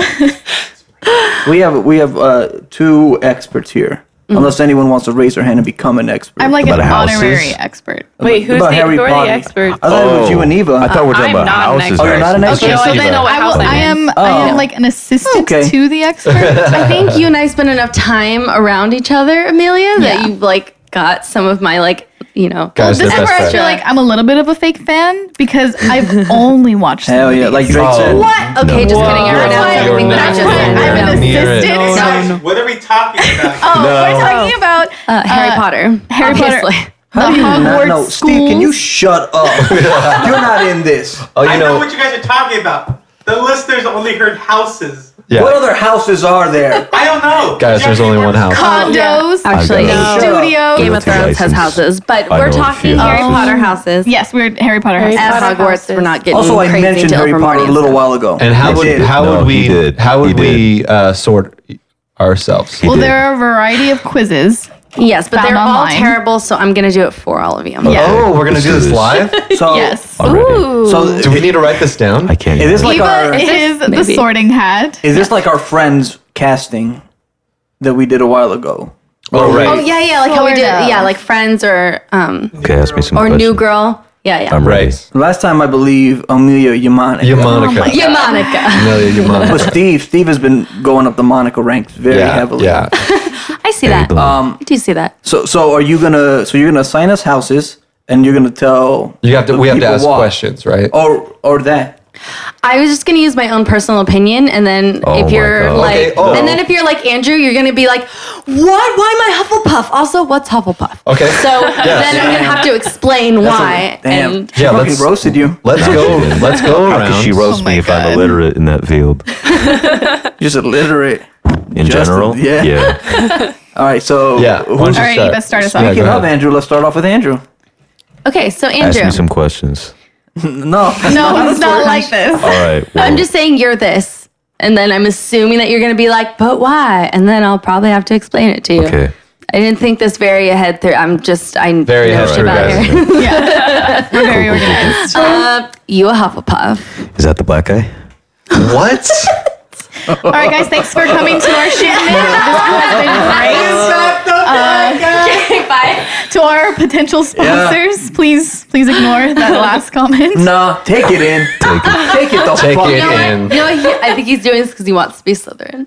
Speaker 3: We have we have uh, two experts here. Unless anyone wants to raise their hand and become an expert.
Speaker 7: I'm like an
Speaker 10: About houses?
Speaker 7: honorary expert.
Speaker 4: Wait, who's the,
Speaker 3: About Harry
Speaker 4: who are
Speaker 3: Potter.
Speaker 4: the experts?
Speaker 3: I thought it was you and Eva.
Speaker 10: Oh. I thought we were
Speaker 4: I'm
Speaker 10: talking about
Speaker 4: not an
Speaker 10: houses.
Speaker 4: expert.
Speaker 3: Oh, you're not an
Speaker 4: Okay,
Speaker 3: expert?
Speaker 4: well, they know what
Speaker 7: I,
Speaker 4: house
Speaker 7: will,
Speaker 4: I
Speaker 7: I
Speaker 4: am.
Speaker 7: am. I am like an assistant
Speaker 3: Oh. Okay.
Speaker 7: to
Speaker 3: (laughs)
Speaker 7: the expert.
Speaker 5: I think you and I spent enough time around each other, Amelia, that
Speaker 7: Yeah.
Speaker 5: you like got some of my like, you know,
Speaker 1: Guys, they're
Speaker 7: this is
Speaker 1: best
Speaker 7: where I
Speaker 1: friends.
Speaker 7: feel like I'm a little bit of a fake fan
Speaker 3: (laughs)
Speaker 7: because I've only watched. the
Speaker 3: Hell yeah, like
Speaker 7: movies.
Speaker 3: Drake said.
Speaker 5: What? Okay, just kidding. I
Speaker 7: That's
Speaker 5: renounced
Speaker 7: why-
Speaker 5: everything that I
Speaker 7: that's
Speaker 5: just
Speaker 7: why
Speaker 5: said.
Speaker 1: You're
Speaker 7: I'm an
Speaker 1: not near it.
Speaker 7: assistant.
Speaker 5: No,
Speaker 7: No,
Speaker 8: What are we talking about?
Speaker 7: Oh, we're talking about
Speaker 5: Uh, Harry
Speaker 7: Uh,
Speaker 5: Potter.
Speaker 7: Harry Potter.
Speaker 5: obviously.
Speaker 7: the
Speaker 3: I do not
Speaker 7: Hogwarts
Speaker 3: know.
Speaker 7: schools.
Speaker 3: Steve, can you shut
Speaker 1: (laughs)
Speaker 3: up? You're not in this.
Speaker 1: Oh, you know,
Speaker 8: you guys are talking about. The listeners only heard houses.
Speaker 1: yeah,
Speaker 3: What other houses are there?
Speaker 8: I don't know.
Speaker 1: guys. There's only one house.
Speaker 7: condos?
Speaker 5: Actually,
Speaker 10: No.
Speaker 7: Studio.
Speaker 5: Game of
Speaker 10: Guilty
Speaker 5: Thrones has
Speaker 10: license.
Speaker 5: houses, but
Speaker 10: I
Speaker 5: we're
Speaker 10: know a
Speaker 5: talking
Speaker 10: few
Speaker 5: Harry
Speaker 10: houses.
Speaker 5: Potter houses.
Speaker 7: Yes, we're Harry Potter.
Speaker 4: Harry
Speaker 7: houses.
Speaker 4: Potter
Speaker 5: At Hogwarts,
Speaker 4: houses.
Speaker 5: we're not getting
Speaker 3: Also, I
Speaker 5: crazy
Speaker 3: mentioned
Speaker 5: until
Speaker 3: Harry
Speaker 5: Hermione
Speaker 3: Potter a
Speaker 5: and
Speaker 3: little
Speaker 5: stuff.
Speaker 3: while ago.
Speaker 1: And how
Speaker 3: I
Speaker 1: would
Speaker 3: did.
Speaker 1: how
Speaker 10: No,
Speaker 1: would
Speaker 10: he
Speaker 1: we
Speaker 10: did.
Speaker 1: how would
Speaker 10: He
Speaker 1: we uh, sort ourselves?
Speaker 7: Well,
Speaker 10: did.
Speaker 7: there are a variety of quizzes.
Speaker 5: Yes, but
Speaker 7: Found
Speaker 5: they're all
Speaker 7: online.
Speaker 5: terrible, so I'm gonna do it for all of you.
Speaker 7: Yeah.
Speaker 1: Oh, we're gonna
Speaker 10: Let's
Speaker 1: do this
Speaker 10: this.
Speaker 1: live.
Speaker 3: so,
Speaker 7: yes.
Speaker 10: Already.
Speaker 3: Oh, so
Speaker 1: Do we need to write this down?
Speaker 10: I can't.
Speaker 3: It is
Speaker 10: even-
Speaker 3: like
Speaker 7: Eva
Speaker 3: our is
Speaker 7: is the
Speaker 5: Maybe.
Speaker 7: sorting hat.
Speaker 3: this like our friends casting that we did a while ago?
Speaker 1: Oh, right.
Speaker 5: Oh yeah, yeah, like how we did,
Speaker 7: Florida.
Speaker 5: yeah, like Friends or um
Speaker 10: okay, ask me some
Speaker 5: or
Speaker 10: questions. Um,
Speaker 5: New Girl. Yeah, yeah.
Speaker 10: I'm ready.
Speaker 1: Right.
Speaker 3: Last time I believe Amelia Yamane.
Speaker 1: Your Monica.
Speaker 5: yeah,
Speaker 10: (laughs)
Speaker 5: Monica.
Speaker 1: Amelia, your
Speaker 3: But
Speaker 1: Monica.
Speaker 3: Steve, Steve has been going up the Monica ranks very
Speaker 1: Yeah,
Speaker 3: heavily.
Speaker 1: yeah.
Speaker 5: I see
Speaker 10: There you
Speaker 5: that.
Speaker 10: go.
Speaker 5: I do see that.
Speaker 3: So so are you gonna so you're gonna assign us houses and you're gonna tell
Speaker 1: You have to.
Speaker 3: the
Speaker 1: We have to
Speaker 3: people Oh.
Speaker 1: ask
Speaker 3: why.
Speaker 1: questions, right?
Speaker 3: or or that.
Speaker 5: I was just gonna use my own personal opinion, and then
Speaker 10: Oh
Speaker 5: if
Speaker 10: my
Speaker 5: you're
Speaker 10: God.
Speaker 5: like,
Speaker 1: Okay, oh.
Speaker 5: and then if you're like Andrew, you're gonna be like, what? Why am I Hufflepuff? Also, what's Hufflepuff?
Speaker 1: Okay.
Speaker 10: (laughs)
Speaker 5: So then I'm gonna have to explain why.
Speaker 3: Damn,
Speaker 5: And
Speaker 3: she
Speaker 1: Yeah,
Speaker 3: fucking
Speaker 1: let's-
Speaker 3: roasted you.
Speaker 1: Let's go. Let's go
Speaker 10: How could
Speaker 1: around.
Speaker 10: she roast
Speaker 7: Oh my
Speaker 10: me if I'm
Speaker 7: God.
Speaker 10: illiterate in that field?
Speaker 3: You're just illiterate.
Speaker 10: In
Speaker 3: Justin,
Speaker 10: general,
Speaker 3: yeah.
Speaker 7: (laughs)
Speaker 10: yeah.
Speaker 3: All right, so
Speaker 1: Yeah.
Speaker 3: who-
Speaker 1: why don't
Speaker 7: All right,
Speaker 1: start?
Speaker 7: Eva, start us
Speaker 1: Yeah,
Speaker 7: off.
Speaker 1: go
Speaker 3: Speaking of
Speaker 1: ahead.
Speaker 3: Andrew, let's start off with Andrew.
Speaker 5: okay, so
Speaker 10: Ask
Speaker 5: Andrew,
Speaker 10: me some questions.
Speaker 3: No,
Speaker 7: No, it's not like this.
Speaker 10: All right. Well,
Speaker 5: I'm just saying you're this, and then I'm assuming that you're gonna be like, but why? And then I'll probably have to explain it to you.
Speaker 10: okay.
Speaker 5: I didn't think this very ahead through. I'm just I
Speaker 1: Very
Speaker 5: know
Speaker 1: ahead
Speaker 5: shit
Speaker 1: through,
Speaker 5: about
Speaker 1: guys.
Speaker 5: hair.
Speaker 7: Yeah. We're (laughs) very organized.
Speaker 5: (laughs) Uh, you a Hufflepuff?
Speaker 10: Is that the black guy?
Speaker 1: What?
Speaker 7: All right, guys, thanks for coming to our shit. This (laughs) has been great. Uh,
Speaker 5: Okay, (laughs) bye.
Speaker 7: To our potential sponsors, please please ignore
Speaker 3: (laughs)
Speaker 7: that last comment.
Speaker 3: no, take it in.
Speaker 10: Take it.
Speaker 3: Take it the
Speaker 1: (laughs) Take
Speaker 3: fuck
Speaker 1: it
Speaker 3: in.
Speaker 1: in.
Speaker 5: You know what? He, I think he's doing this because he wants to be Slytherin.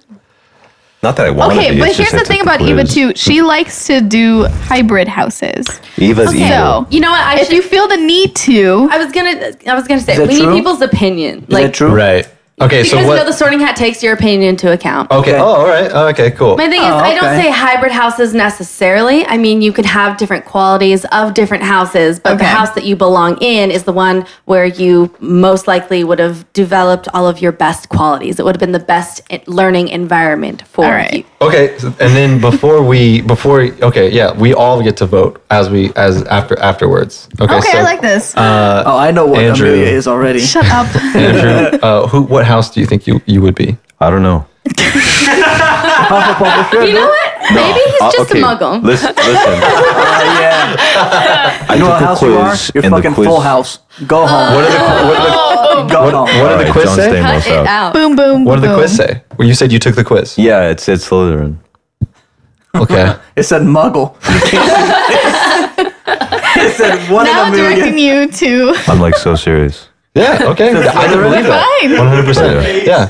Speaker 10: Not that I want to
Speaker 7: Okay,
Speaker 10: be.
Speaker 7: but
Speaker 10: it's just
Speaker 7: here's
Speaker 10: I
Speaker 7: the
Speaker 10: took
Speaker 7: thing about Eva
Speaker 10: quiz.
Speaker 7: too. She likes to do hybrid houses.
Speaker 10: Eva's
Speaker 7: Okay.
Speaker 10: evil.
Speaker 7: So-
Speaker 5: You know what? I
Speaker 7: If
Speaker 5: should.
Speaker 7: you feel the need to,
Speaker 5: I was gonna. I was gonna say
Speaker 3: that
Speaker 5: we
Speaker 3: true?
Speaker 5: need people's opinion.
Speaker 3: Is
Speaker 5: Like
Speaker 3: that true?
Speaker 1: Right. Okay,
Speaker 5: because
Speaker 1: so
Speaker 5: you
Speaker 1: what?
Speaker 5: know the Sorting Hat takes your opinion into account.
Speaker 1: okay.
Speaker 3: Okay.
Speaker 1: Oh, all right. Oh, okay, cool.
Speaker 5: My thing is,
Speaker 3: Oh,
Speaker 5: I don't
Speaker 3: okay.
Speaker 5: say hybrid houses necessarily. I mean, you could have different qualities of different houses, but the
Speaker 7: Okay.
Speaker 5: house that you belong in is the one where you most likely would have developed all of your best qualities. It would have been the best i- learning environment for
Speaker 7: All right.
Speaker 5: you.
Speaker 1: Okay, so- and then before we before okay, yeah, we all get to vote as we as after afterwards. Okay,
Speaker 7: Okay,
Speaker 1: so,
Speaker 7: I like this.
Speaker 3: Oh, I know what
Speaker 1: Andrew.
Speaker 3: Amelia is already.
Speaker 7: uh, Shut
Speaker 3: (laughs)
Speaker 7: up.
Speaker 1: Andrew, uh, who what house do you think you you would be?
Speaker 10: I don't know.
Speaker 5: You know what? Maybe he's
Speaker 10: Uh,
Speaker 5: just
Speaker 10: okay,
Speaker 5: a muggle.
Speaker 7: (laughs)
Speaker 10: Listen, listen.
Speaker 3: Oh yeah.
Speaker 10: I
Speaker 3: You know what
Speaker 10: took a
Speaker 3: house you are?
Speaker 10: quiz,
Speaker 3: You're
Speaker 10: and the
Speaker 3: fucking
Speaker 10: quiz-
Speaker 3: full house. Go home.
Speaker 1: What did the what did the,
Speaker 3: Go home.
Speaker 1: what did
Speaker 10: All
Speaker 1: the
Speaker 10: right,
Speaker 1: quiz
Speaker 10: John
Speaker 1: say?
Speaker 10: Stamos
Speaker 5: Cut it
Speaker 10: out.
Speaker 5: out.
Speaker 7: boom, boom.
Speaker 1: What did the
Speaker 7: boom.
Speaker 1: quiz say? Well, you said you took the quiz.
Speaker 10: Yeah, it said Slytherin.
Speaker 1: Okay.
Speaker 3: It said
Speaker 1: (laughs)
Speaker 3: muggle. it said one
Speaker 7: Now
Speaker 3: in a million.
Speaker 7: directing you to. (laughs)
Speaker 10: I'm like
Speaker 3: (laughs)
Speaker 10: so serious.
Speaker 1: Yeah. Okay. I don't believe that.
Speaker 7: Fine.
Speaker 1: One hundred (laughs) percent. Yeah.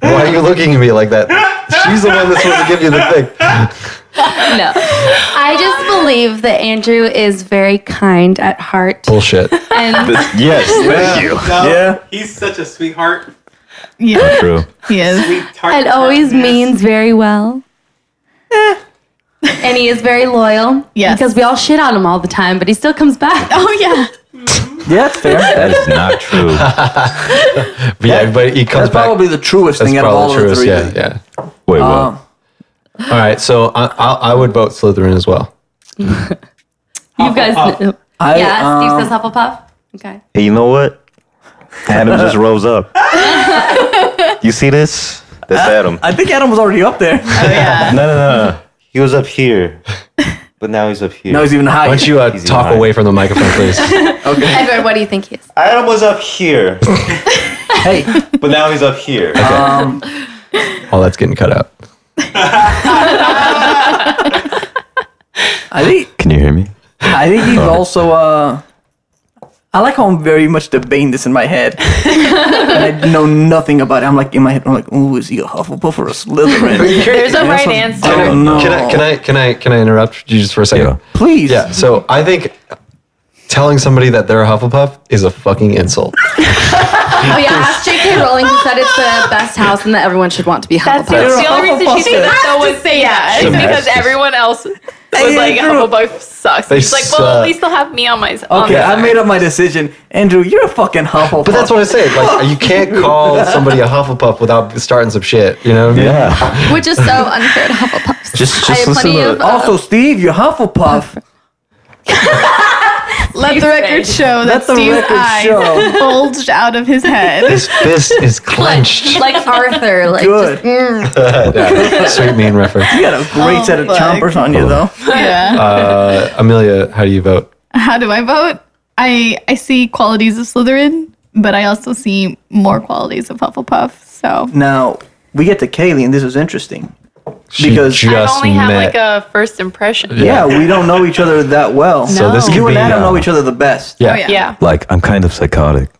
Speaker 1: Why are you looking at me like that? She's the one that's supposed to give you the thing.
Speaker 5: (laughs) No. I just believe that Andrew is very kind at heart.
Speaker 1: Bullshit.
Speaker 10: Oh.
Speaker 5: And
Speaker 10: Yes, thank you.
Speaker 3: Yeah.
Speaker 8: He's such a sweetheart.
Speaker 7: Yeah,
Speaker 10: True.
Speaker 7: he is.
Speaker 5: and always means very well. Eh. and he is very loyal.
Speaker 7: Yes.
Speaker 5: Because we all shit on him all the time, but he still comes back.
Speaker 7: Oh yeah.
Speaker 3: Yeah, that's fair.
Speaker 10: That is not true.
Speaker 3: (laughs)
Speaker 1: But yeah, but he comes
Speaker 3: That's
Speaker 1: back.
Speaker 3: probably the truest
Speaker 1: that's
Speaker 3: thing out of all
Speaker 1: probably
Speaker 3: of the
Speaker 1: true.
Speaker 3: three.
Speaker 1: Yeah. Yeah.
Speaker 10: Wait,
Speaker 3: Um,
Speaker 10: what?
Speaker 1: All right, so I, I, I would vote Slytherin as well.
Speaker 5: You guys know.
Speaker 10: Oh,
Speaker 3: I,
Speaker 5: Yeah,
Speaker 3: um,
Speaker 5: Steve says
Speaker 10: (laughs)
Speaker 5: Hufflepuff. Okay.
Speaker 10: Hey, you know what? (laughs) Adam just rose up. you see this? That's Adam.
Speaker 3: I think Adam was already up there.
Speaker 10: No, no, no, no. He was up here, but now he's up here.
Speaker 3: Now he's even higher.
Speaker 1: Why don't you uh,
Speaker 10: Easy
Speaker 1: talk
Speaker 10: high.
Speaker 1: away from the microphone,
Speaker 10: (laughs)
Speaker 1: please?
Speaker 5: Edward, what do you think he is?
Speaker 10: Adam was up here,
Speaker 3: hey,
Speaker 10: but now he's up here.
Speaker 3: um,
Speaker 1: All Oh, that's getting cut out.
Speaker 3: I think
Speaker 10: (laughs) Can you hear me?
Speaker 3: I think
Speaker 1: (laughs)
Speaker 3: he's also. Uh, I like how I'm very much debating this in my head. and I know nothing about it. I'm like in my head. I'm like, ooh, is he a Hufflepuff or a Slytherin?
Speaker 4: There's a right
Speaker 3: That's
Speaker 4: answer.
Speaker 3: what- I don't know.
Speaker 1: Can I can I can I can I interrupt you just for a second?
Speaker 10: Yeah.
Speaker 3: Please.
Speaker 1: Yeah, so I think telling somebody that they're a Hufflepuff is a fucking insult.
Speaker 5: Oh yeah, ask J.K. Rowling who said it's the best house and that everyone should want to be
Speaker 4: That's
Speaker 5: Hufflepuff.
Speaker 4: the only reason she said that though was say yeah. It's
Speaker 10: She has
Speaker 4: because
Speaker 10: to.
Speaker 4: everyone else was like
Speaker 3: Andrew.
Speaker 4: Hufflepuff sucks.
Speaker 1: They
Speaker 4: She's like, well, at
Speaker 1: suck.
Speaker 4: least they'll have me on my.
Speaker 3: Okay, I made up my decision. Andrew, you're a fucking Hufflepuff.
Speaker 1: But that's what I say. Like you can't call somebody a Hufflepuff without starting some shit. You know what I mean?
Speaker 10: Yeah.
Speaker 5: Which is so unfair to Hufflepuffs.
Speaker 10: Just,
Speaker 5: I have
Speaker 10: just listen
Speaker 5: plenty
Speaker 10: to
Speaker 5: of um,
Speaker 10: the.
Speaker 3: Also, Steve, you're Hufflepuff.
Speaker 7: Let the record show
Speaker 3: Let
Speaker 7: that
Speaker 3: the
Speaker 7: Steve's
Speaker 3: record
Speaker 7: eyes
Speaker 3: show.
Speaker 7: bulged out of
Speaker 3: (laughs)
Speaker 7: his head.
Speaker 1: His fist is clenched.
Speaker 5: like Arthur, like
Speaker 3: Good. You
Speaker 1: Yeah, Sweet mean reference.
Speaker 3: got a great set of
Speaker 7: fuck.
Speaker 3: chompers on you, though.
Speaker 7: Yeah.
Speaker 1: Uh, Amelia, how do you vote?
Speaker 7: How do I vote? I I see qualities of Slytherin, but I also see more qualities of Hufflepuff. So
Speaker 3: Now, we get to Kaylee, and this is interesting.
Speaker 1: She
Speaker 3: Because-
Speaker 1: just
Speaker 4: I only have
Speaker 1: met.
Speaker 4: like a first impression.
Speaker 3: Yeah, we don't know each other that well.
Speaker 4: No.
Speaker 1: so this
Speaker 4: You
Speaker 1: could
Speaker 3: You and
Speaker 1: be,
Speaker 3: Adam
Speaker 1: uh,
Speaker 3: know each other the best.
Speaker 1: Yeah.
Speaker 7: Oh, yeah.
Speaker 4: Yeah.
Speaker 10: Like, I'm kind of psychotic.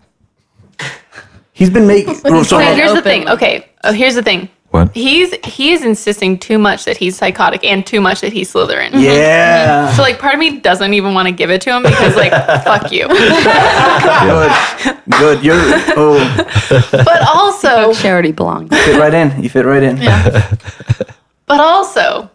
Speaker 3: He's been
Speaker 5: (laughs)
Speaker 3: making. so,
Speaker 4: Wait, here's the
Speaker 7: open.
Speaker 4: thing. Okay, oh, here's the thing.
Speaker 10: What?
Speaker 4: He's he is insisting too much that he's psychotic and too much that he's Slytherin.
Speaker 3: yeah.
Speaker 4: So like, part of me doesn't even want to give it to him because
Speaker 10: (laughs)
Speaker 4: like, fuck you.
Speaker 3: Good. Good. You're. Oh,
Speaker 4: But also,
Speaker 5: charity belongs.
Speaker 3: fit right in. You fit right in.
Speaker 4: but also,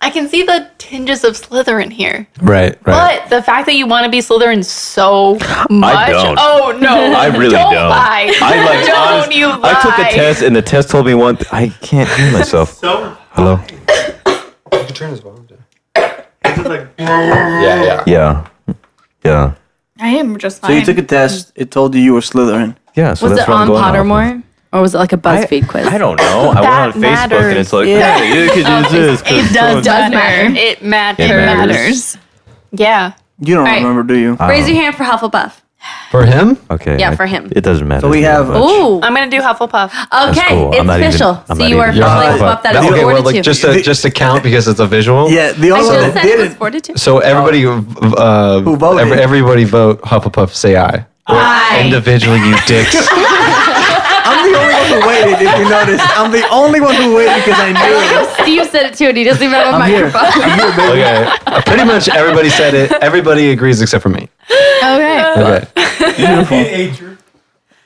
Speaker 4: I can see the tinges of Slytherin here.
Speaker 1: Right, right.
Speaker 4: But the fact that you want to be Slytherin so much,
Speaker 10: don't.
Speaker 4: oh no,
Speaker 10: I really
Speaker 4: don't,
Speaker 10: don't.
Speaker 4: lie.
Speaker 10: I like.
Speaker 4: Don't
Speaker 10: honest-
Speaker 4: you
Speaker 10: I took
Speaker 4: lie.
Speaker 10: a test, and the test told me one. Th- I can't hear myself.
Speaker 8: So
Speaker 10: Hello.
Speaker 1: Yeah, yeah.
Speaker 10: Yeah. Yeah.
Speaker 7: I am just
Speaker 3: So you
Speaker 7: fine.
Speaker 3: took a test. It told you you were Slytherin.
Speaker 10: Yeah. So
Speaker 5: Was
Speaker 10: that's
Speaker 5: it
Speaker 10: where I'm
Speaker 5: on
Speaker 10: going off with.
Speaker 5: Pottermore? Or was it like a BuzzFeed quiz?
Speaker 10: I don't know. I
Speaker 4: That
Speaker 10: went on Facebook
Speaker 4: matters.
Speaker 10: and it's like,
Speaker 3: Yeah.
Speaker 10: hey, you could do
Speaker 5: (laughs)
Speaker 10: this.
Speaker 7: (laughs)
Speaker 10: 'cause
Speaker 7: It does,
Speaker 10: so-
Speaker 7: does
Speaker 4: Matter.
Speaker 7: matter.
Speaker 4: Oh, It matters.
Speaker 7: Matters.
Speaker 4: Yeah.
Speaker 3: You don't
Speaker 5: Right.
Speaker 3: remember, do you?
Speaker 5: Raise your hand for Hufflepuff.
Speaker 1: For him?
Speaker 10: Okay.
Speaker 5: Yeah,
Speaker 10: I-
Speaker 5: for him.
Speaker 10: It doesn't matter.
Speaker 3: So we
Speaker 10: to me
Speaker 3: have-
Speaker 10: much.
Speaker 5: Ooh.
Speaker 4: I'm gonna do Hufflepuff.
Speaker 5: Okay,
Speaker 10: cool. I'm
Speaker 5: it's
Speaker 10: not even-
Speaker 5: official.
Speaker 10: I'm
Speaker 5: so
Speaker 10: not
Speaker 5: you are from
Speaker 10: even- You're
Speaker 5: Hufflepuff.
Speaker 1: Hufflepuff.
Speaker 5: Oh, That is
Speaker 1: okay, well,
Speaker 5: fortitude.
Speaker 1: like just to just to count because it's a visual.
Speaker 3: Yeah. The
Speaker 5: I
Speaker 3: only
Speaker 5: should
Speaker 3: one
Speaker 5: have
Speaker 3: that
Speaker 5: said it was
Speaker 3: didn't.
Speaker 5: fortitude.
Speaker 1: So everybody, uh,
Speaker 3: Who voted?
Speaker 1: every- everybody vote Hufflepuff. Say aye. Individually,
Speaker 5: (laughs)
Speaker 1: you dicks.
Speaker 3: I'm the only one who waited. If you notice, I'm the only one who waited because I
Speaker 5: Oh
Speaker 3: knew it.
Speaker 5: Steve said it too, and he doesn't even have a
Speaker 3: I'm here.
Speaker 5: microphone.
Speaker 3: I'm here, baby.
Speaker 1: okay. Uh, Pretty much everybody
Speaker 7: (laughs)
Speaker 1: said it. Everybody agrees except for me.
Speaker 7: Okay.
Speaker 1: Okay.
Speaker 3: Beautiful.